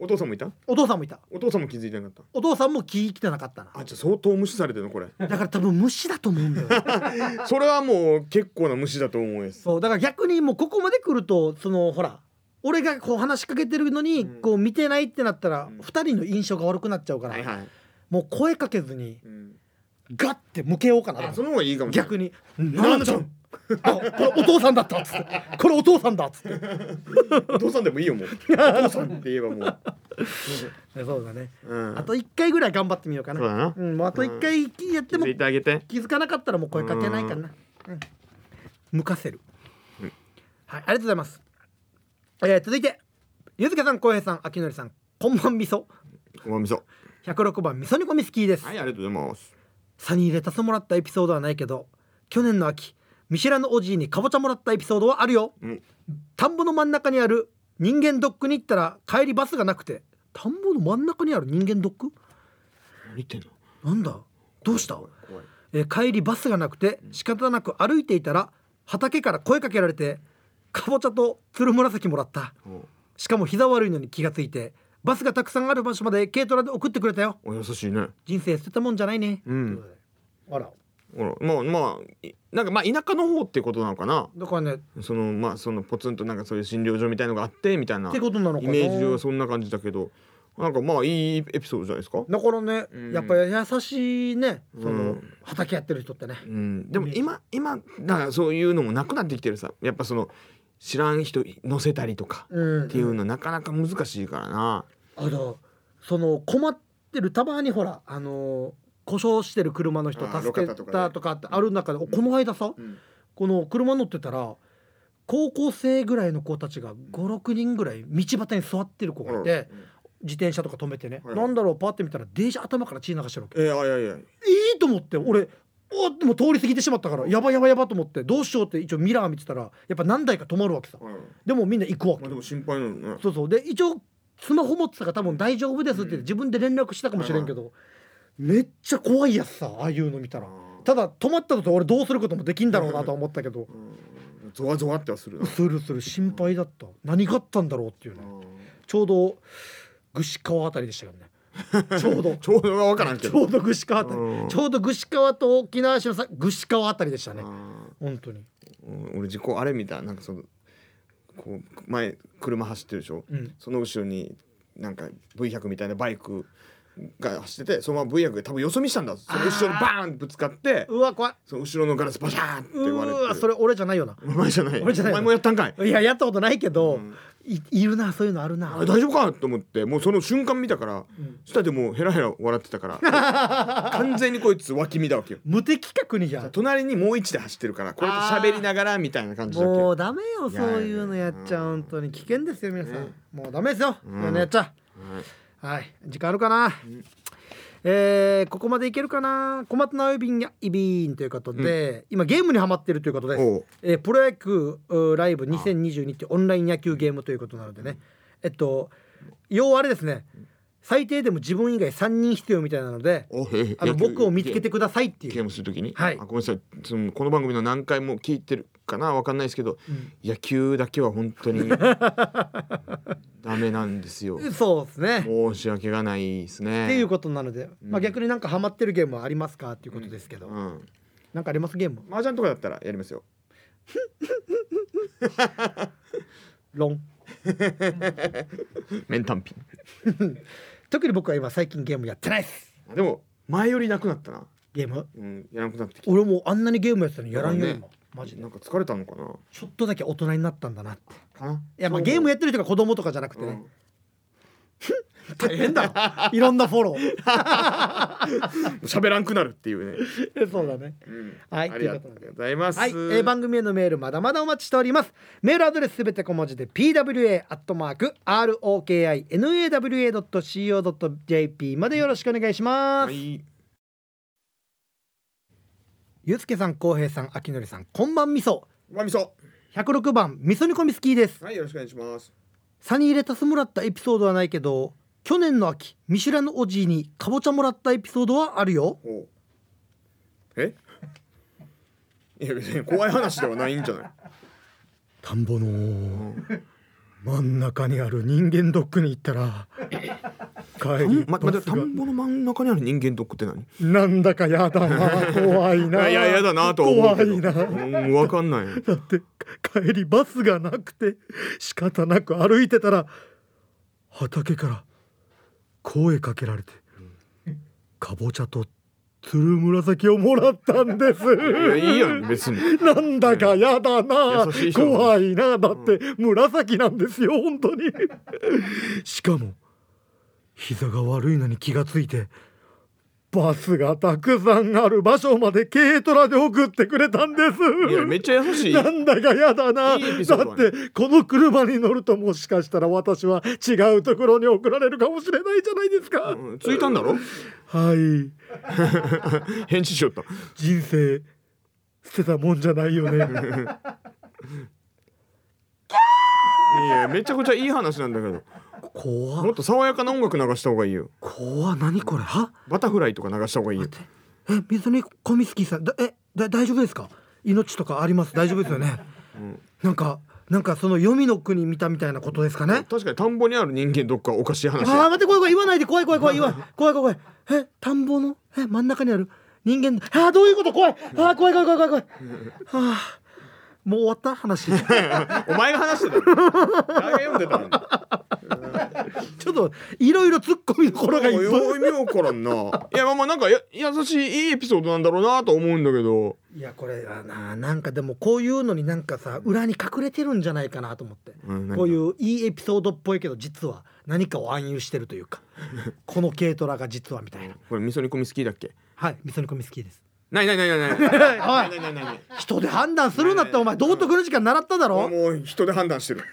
Speaker 2: お父さんもいた
Speaker 1: お父さんもいた
Speaker 2: お父さんも気づいてなかっ
Speaker 1: お父さんも聞いてなかったな
Speaker 2: たあじゃあ相当無視されてるのこれ
Speaker 1: だから多分無視だと思うんだ よ
Speaker 2: それはもう結構な無視だと思うやつ
Speaker 1: そうだから逆にもうここまで来るとそのほら俺がこう話しかけてるのに、
Speaker 2: うん
Speaker 1: こう見てないってなったら、
Speaker 2: うん
Speaker 1: 二人の印象が悪くなっちゃうから、
Speaker 2: はい、
Speaker 1: もう声かけずに
Speaker 2: うん、
Speaker 1: ガッて向けようかな
Speaker 2: あその方がいいかもしれない
Speaker 1: 逆に「
Speaker 2: な
Speaker 1: なんん
Speaker 2: だ
Speaker 1: ちゃんあこれお父さんだった」っつって「これお父さんだ」っつって
Speaker 2: お父さんでもいいよもうお父さんって言えばもう、
Speaker 1: ね そうだね、
Speaker 2: うん、
Speaker 1: あと一回ぐらい頑張ってみようか
Speaker 2: そうだ
Speaker 1: な
Speaker 2: な
Speaker 1: うんもうあと一回やっても
Speaker 2: 気づいてあげて
Speaker 1: 気づかなかったらもう声かけないかな、うん、向かせる、はいありがとうございます、えー続いてゆずけさんこうへいさんあきのりさんこんばんみそ
Speaker 2: おみそ
Speaker 1: 106番みそ煮込み好きです、
Speaker 2: はいありがとうございます
Speaker 1: サニーレタスもらったエピソードはないけど去年の秋見知らぬおじいにかぼちゃもらったエピソードはあるよ
Speaker 2: うん
Speaker 1: 田んぼの真ん中にある人間ドックに行ったら帰りバスがなくて田んぼの真ん中にある人間ドック
Speaker 2: 何言ってんの
Speaker 1: なんだどうした
Speaker 2: 怖い怖い
Speaker 1: えー帰りバスがなくて仕方なく歩いていたら畑から声かけられてかぼちゃとつるむらさきもらったしかも膝悪いのに気がついてバスがたくさんある場所まで軽トラで送ってくれたよ
Speaker 2: おお優しいね
Speaker 1: 人生捨てたもんじゃないね、
Speaker 2: うん
Speaker 1: あら
Speaker 2: ほらまあまあいなんかまあ田舎の方ってことなのかな
Speaker 1: だからね
Speaker 2: そのまあそのポツンとなんかそういう診療所みたいのがあってみたいな
Speaker 1: ってことなのか
Speaker 2: イ
Speaker 1: な
Speaker 2: メージはそんな感じだけどなんかまあいいエピソードじゃないですか、
Speaker 1: だからね、
Speaker 2: うん
Speaker 1: やっぱり優しいねその、
Speaker 2: うん
Speaker 1: 畑やってる人ってね
Speaker 2: うん、でも今今だからそういうのもなくなってきてるさやっぱその知らん人乗せたりとか
Speaker 1: うん
Speaker 2: っていうのなかなか難しいからな、
Speaker 1: あのその困ってるたまにほらあのー故障してる車の人
Speaker 2: あー
Speaker 1: 助け
Speaker 2: 路肩とかね
Speaker 1: たとかってある中で、おこの間さ、この車乗ってたら高校生ぐらいの子たちが56人ぐらい道端に座ってる子がいて、自転車とか止めてね、
Speaker 2: はい
Speaker 1: なんだろうパッて見たら電車頭から血流してるわけ
Speaker 2: えー、あいやいや
Speaker 1: いいと思って俺おーでも通り過ぎてしまったからやばいやばいやばいと思ってどうしようって一応ミラー見てたらやっぱ何台か止まるわけさでもみんな行くわけ、
Speaker 2: まあでも心配なのね
Speaker 1: そうそうで一応スマホ持ってたから多分大丈夫ですって言って自分で連絡したかもしれんけど、めっちゃ怖いやつさああいうの見たらただ止まったと俺どうすることもできんだろうなとは思ったけど
Speaker 2: うんゾワゾワってはするな
Speaker 1: するする心配だった何があったんだろうっていうねちょうど串川あたりでしたから ねちょうど
Speaker 2: ちょうどが分からんけ
Speaker 1: ち
Speaker 2: ど
Speaker 1: ょうど串川あたり
Speaker 2: うん
Speaker 1: ちょうど串川と沖縄市のさ串川あたりでしたね
Speaker 2: あ
Speaker 1: 本当に
Speaker 2: ーうん俺事故あれ見たなんかそのこう前車走ってるでしょ、
Speaker 1: うん
Speaker 2: その後ろになんか V100 みたいなバイクが走っててそのまま V100 が多分よそ見したんだその後ろにバーンぶつかって
Speaker 1: うわ怖い
Speaker 2: その後ろのガラスバシャーンって
Speaker 1: う
Speaker 2: 言われて
Speaker 1: ーわそれ俺じゃないよな
Speaker 2: お前じゃない
Speaker 1: 俺じゃない
Speaker 2: お前もやったんかい
Speaker 1: いややったことないけど、
Speaker 2: うん
Speaker 1: いいるなそういうのある
Speaker 2: あ
Speaker 1: な
Speaker 2: 大丈夫かと思ってもうその瞬間見たから、
Speaker 1: ん
Speaker 2: そしたらでもうヘラヘラ笑ってたから 完全にこいつ脇見だわけよ
Speaker 1: 無敵角にじゃん
Speaker 2: 隣にもう一で走ってるからこれと喋りながらみたいな感じだっけ
Speaker 1: もうダメよ
Speaker 2: いやいや
Speaker 1: そういうのやっちゃ
Speaker 2: う
Speaker 1: 本
Speaker 2: ん
Speaker 1: 当に危険ですよ皆さん、
Speaker 2: ね
Speaker 1: もうダメですよ、
Speaker 2: ん
Speaker 1: そういうのやっちゃ
Speaker 2: はい、
Speaker 1: はい時間あるかな、えーここまでいけるかな小松菜ウイビンやイビーンということで、今ゲームにハマってるということです
Speaker 2: おう
Speaker 1: えープロ野球うーライブ2022ってオンライン野球ゲームということなのでね、えっと要はあれですね最低でも自分以外3人必要みたいなので
Speaker 2: おへへ
Speaker 1: あの
Speaker 2: 野球
Speaker 1: 僕を見つけてくださいってい
Speaker 2: ゲ
Speaker 1: う
Speaker 2: ームするときに、
Speaker 1: はい
Speaker 2: あごめんなさいそのこの番組の何回も聞いてるかなわかんないですけど、
Speaker 1: ん
Speaker 2: 野球だけは本 当にダメなんですよ
Speaker 1: そうですね
Speaker 2: 申し訳がないですね
Speaker 1: っていうことなので、まあ逆になんかハマってるゲームはありますかっていうことですけど、
Speaker 2: うん
Speaker 1: なんかありますゲーム
Speaker 2: 麻雀とかだったらやりますよ
Speaker 1: ロン
Speaker 2: 面単品
Speaker 1: 特に僕は今最近ゲームやってないです
Speaker 2: でも前よりなくなったな
Speaker 1: ゲーム
Speaker 2: うんやらなくなってき
Speaker 1: 俺もうあんなにゲームやってたのにやらんよ
Speaker 2: そうね
Speaker 1: 今マジ
Speaker 2: た
Speaker 1: で
Speaker 2: なんか疲れたのかな
Speaker 1: ちょっとだけ大人になったんだなって
Speaker 2: かない
Speaker 1: やまあゲーム
Speaker 2: や
Speaker 1: やってる人が子供とかじゃなくてね、大変だろ いろんなフォロー
Speaker 2: 喋らんくなるっていうね、
Speaker 1: えそうだね
Speaker 2: うん
Speaker 1: はい
Speaker 2: ありがとうございます
Speaker 1: はい、えー番組へのメールまだまだお待ちしておりますメールアドレスすべて小文字で pwa.rokinawa.co.jp までよろしくお願いします、
Speaker 2: はい
Speaker 1: ゆうすけさん、こうへいさん、あきのりさん、こんばんみそ。
Speaker 2: わみそ
Speaker 1: 106番、みそ煮込みスキーです。
Speaker 2: はいよろしくお願いします
Speaker 1: サニーレタスもらったエピソードはないけど、去年の秋、ミシュランのおじいにかぼちゃもらったエピソードはあるよ。
Speaker 2: おうえ いや別に怖い話ではないんじゃない
Speaker 1: 田んぼの真ん中にある人間ドックに行った ら、帰
Speaker 2: うんま、待って田んぼの真ん中にある人間ドックって何
Speaker 1: なんだかやだな、怖い
Speaker 2: いやいややだなとは思うけどうん分かんない
Speaker 1: だってか帰りバスがなくて仕方なく歩いてたら畑から声かけられて、かぼちゃとつるむらさきをもらったんです
Speaker 2: いやいいやん別に
Speaker 1: なんだかやだな
Speaker 2: 優しい人だ
Speaker 1: 怖いなだって紫なんですよ本当にしかも膝が悪いのに気がついてバスがたくさんある場所まで軽トラで送ってくれたんです
Speaker 2: いやめっちゃ優しい
Speaker 1: な
Speaker 2: よ
Speaker 1: んだかやだな。
Speaker 2: いいエピソ
Speaker 1: だ
Speaker 2: ード
Speaker 1: っ
Speaker 2: だね
Speaker 1: てこの車に乗るともしかしたら私は違うところに送られるかもしれないじゃないですか。
Speaker 2: うんついたんだろ
Speaker 1: はい。
Speaker 2: 返事しよった
Speaker 1: 人生捨てたもんじゃないよね。
Speaker 2: いやめちゃくちゃいい話なんだけど
Speaker 1: 怖
Speaker 2: も
Speaker 1: っ
Speaker 2: っと爽やかな音楽流した方がいいよ
Speaker 1: 怖っ何これは
Speaker 2: バタフライとか流した方がいいよ
Speaker 1: え水にコミスキーさんだえだ大丈夫ですか命とかあります大丈夫ですよ ね。なんかなんかその黄泉の国見たみたいなことですかね。
Speaker 2: 確かに田んぼにある人間どっかおかしい話
Speaker 1: ああ
Speaker 2: だ
Speaker 1: 待って怖い怖い言わないで怖い怖い怖い言わん怖い怖い怖いえ田んぼのえ真ん中にある人間ああどういうこと怖いああ怖い怖い怖い怖い怖いああもう終わった 話ち
Speaker 2: お前が話してたの誰が読んでたのに
Speaker 1: ょっといろいろ突っ込みどころがいっぱ
Speaker 2: 意味わからんないやまあまあなんかや優しいいいエピソードなんだろうなと思うんだけど
Speaker 1: いいやこれはななんかでもこういうのになんかさ裏に隠れてるんじゃないかなと思って、
Speaker 2: うんなんか
Speaker 1: こういういいエピソードっぽいけど実は何かを暗喩してるという かこの軽トラが実はみたいな
Speaker 2: これ味噌煮込み好きだっけ
Speaker 1: はい味噌煮込み好きです
Speaker 2: ないないないないない
Speaker 1: おい
Speaker 2: ないないないない
Speaker 1: 人で判断するなってお前道徳の時間習っただろ
Speaker 2: もう人で判断してるこ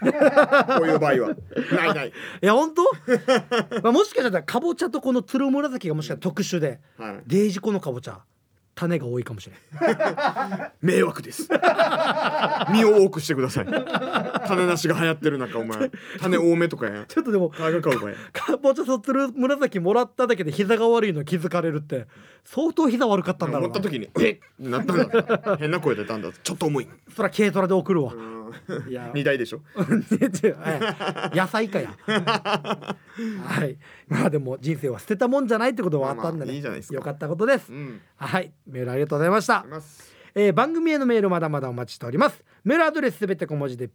Speaker 2: ういう場合はないない
Speaker 1: いや本当 まあもしかしたらかぼちゃとこのつるむらさきがもしかしたら特殊で、
Speaker 2: はい
Speaker 1: デージコのかぼちゃ種が多いかも しれない
Speaker 2: 迷惑です身を多くしてください種なしが流行ってる中お前種多めとかや
Speaker 1: ちょっとでも
Speaker 2: 買うかお前
Speaker 1: かぼちゃとつるむらさきもらっただけで膝が悪いの気づかれるって相当膝悪かったんだろ
Speaker 2: 持
Speaker 1: う
Speaker 2: っ
Speaker 1: な
Speaker 2: た時に「えっ!」なったん だ変な声出たんだちょっと重い
Speaker 1: そら軽トラで送るわいや
Speaker 2: 2台でしょ
Speaker 1: はい野菜か やはいまあでも人生は捨てたもんじゃないってことは分かったんでね、
Speaker 2: まあまあいいじゃないですか
Speaker 1: よかったことです、
Speaker 2: うん
Speaker 1: はいメールありがとうございました
Speaker 2: あります
Speaker 1: えー番組へのメールまだまだお待ちしておりますメールアドレスすべて小文字で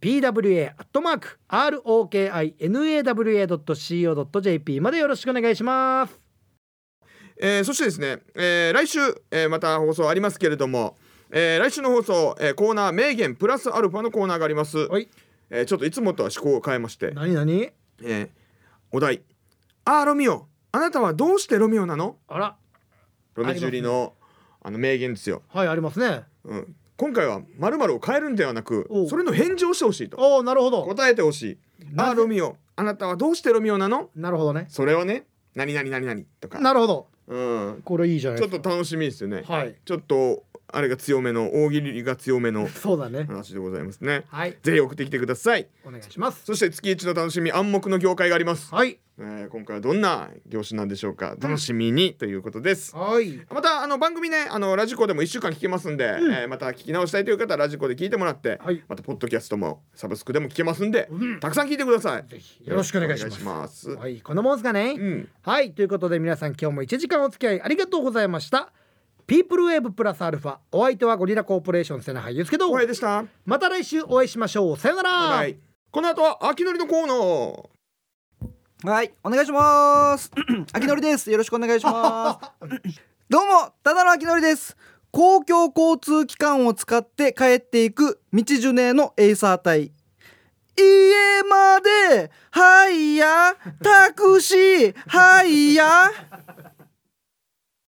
Speaker 1: pwa.rokinawa.co.jp までよろしくお願いします
Speaker 2: えーそしてですね、えー来週、えーまた放送ありますけれども、えー来週の放送、えーコーナー名言プラスアルファのコーナーがあります、
Speaker 1: はい
Speaker 2: えーちょっといつもとは思考を変えまして、
Speaker 1: 何何
Speaker 2: えーお題「あーロミオあなたはどうしてロミオなの?
Speaker 1: あら」
Speaker 2: ロミジュリのあの名言ですよ、
Speaker 1: はいありますね
Speaker 2: うん、今回は「まるを変えるんではなく
Speaker 1: おう
Speaker 2: それの返事をしてほしいと
Speaker 1: おおなるほど
Speaker 2: 答えてほしい「
Speaker 1: なぜ
Speaker 2: あーロミオあなたはどうしてロミオなの?
Speaker 1: なるほどね」
Speaker 2: それはね「何々何々」と か、
Speaker 1: なるほど
Speaker 2: うん、
Speaker 1: これいいじゃない
Speaker 2: ちょ
Speaker 1: で
Speaker 2: っ
Speaker 1: す
Speaker 2: と楽しみですよね。
Speaker 1: かはい
Speaker 2: ちょっとあれが強めの大喜利が強めの
Speaker 1: そうだね
Speaker 2: 話でございますね。
Speaker 1: はい
Speaker 2: ぜひ送ってきてください。
Speaker 1: お願いします
Speaker 2: そして月一の楽しみ暗黙の業界があります。
Speaker 1: はい
Speaker 2: えー今回はどんな業種なんでしょうか。楽しみにということです。
Speaker 1: はい
Speaker 2: またあの番組ねあのラジコでも1週間聞けますんで、えーまた聞き直したいという方はラジコで聞いてもらって、
Speaker 1: はい
Speaker 2: またポッドキャストもサブスクでも聞けますんで、たくさん聞いてください
Speaker 1: ぜひよろしくお願いします
Speaker 2: よろくお願いします
Speaker 1: はいこのもんすかね、
Speaker 2: うん
Speaker 1: はいということで皆さん今日も1時間お付き合いありがとうございましたピープルウェーブプラスアルファお相手はゴリラコーポレーション瀬名俳優ですけど
Speaker 2: おはでした
Speaker 1: また来週お会いしましょうさよなら
Speaker 2: バイバイこの後は秋のりのコーナー
Speaker 3: はい、お願いします。あきのりです。よろしくお願いします。 どうも、ただのあきのりです。公共交通機関を使って帰っていく道ジュネのエイサー隊。家まではいやタクシーはいや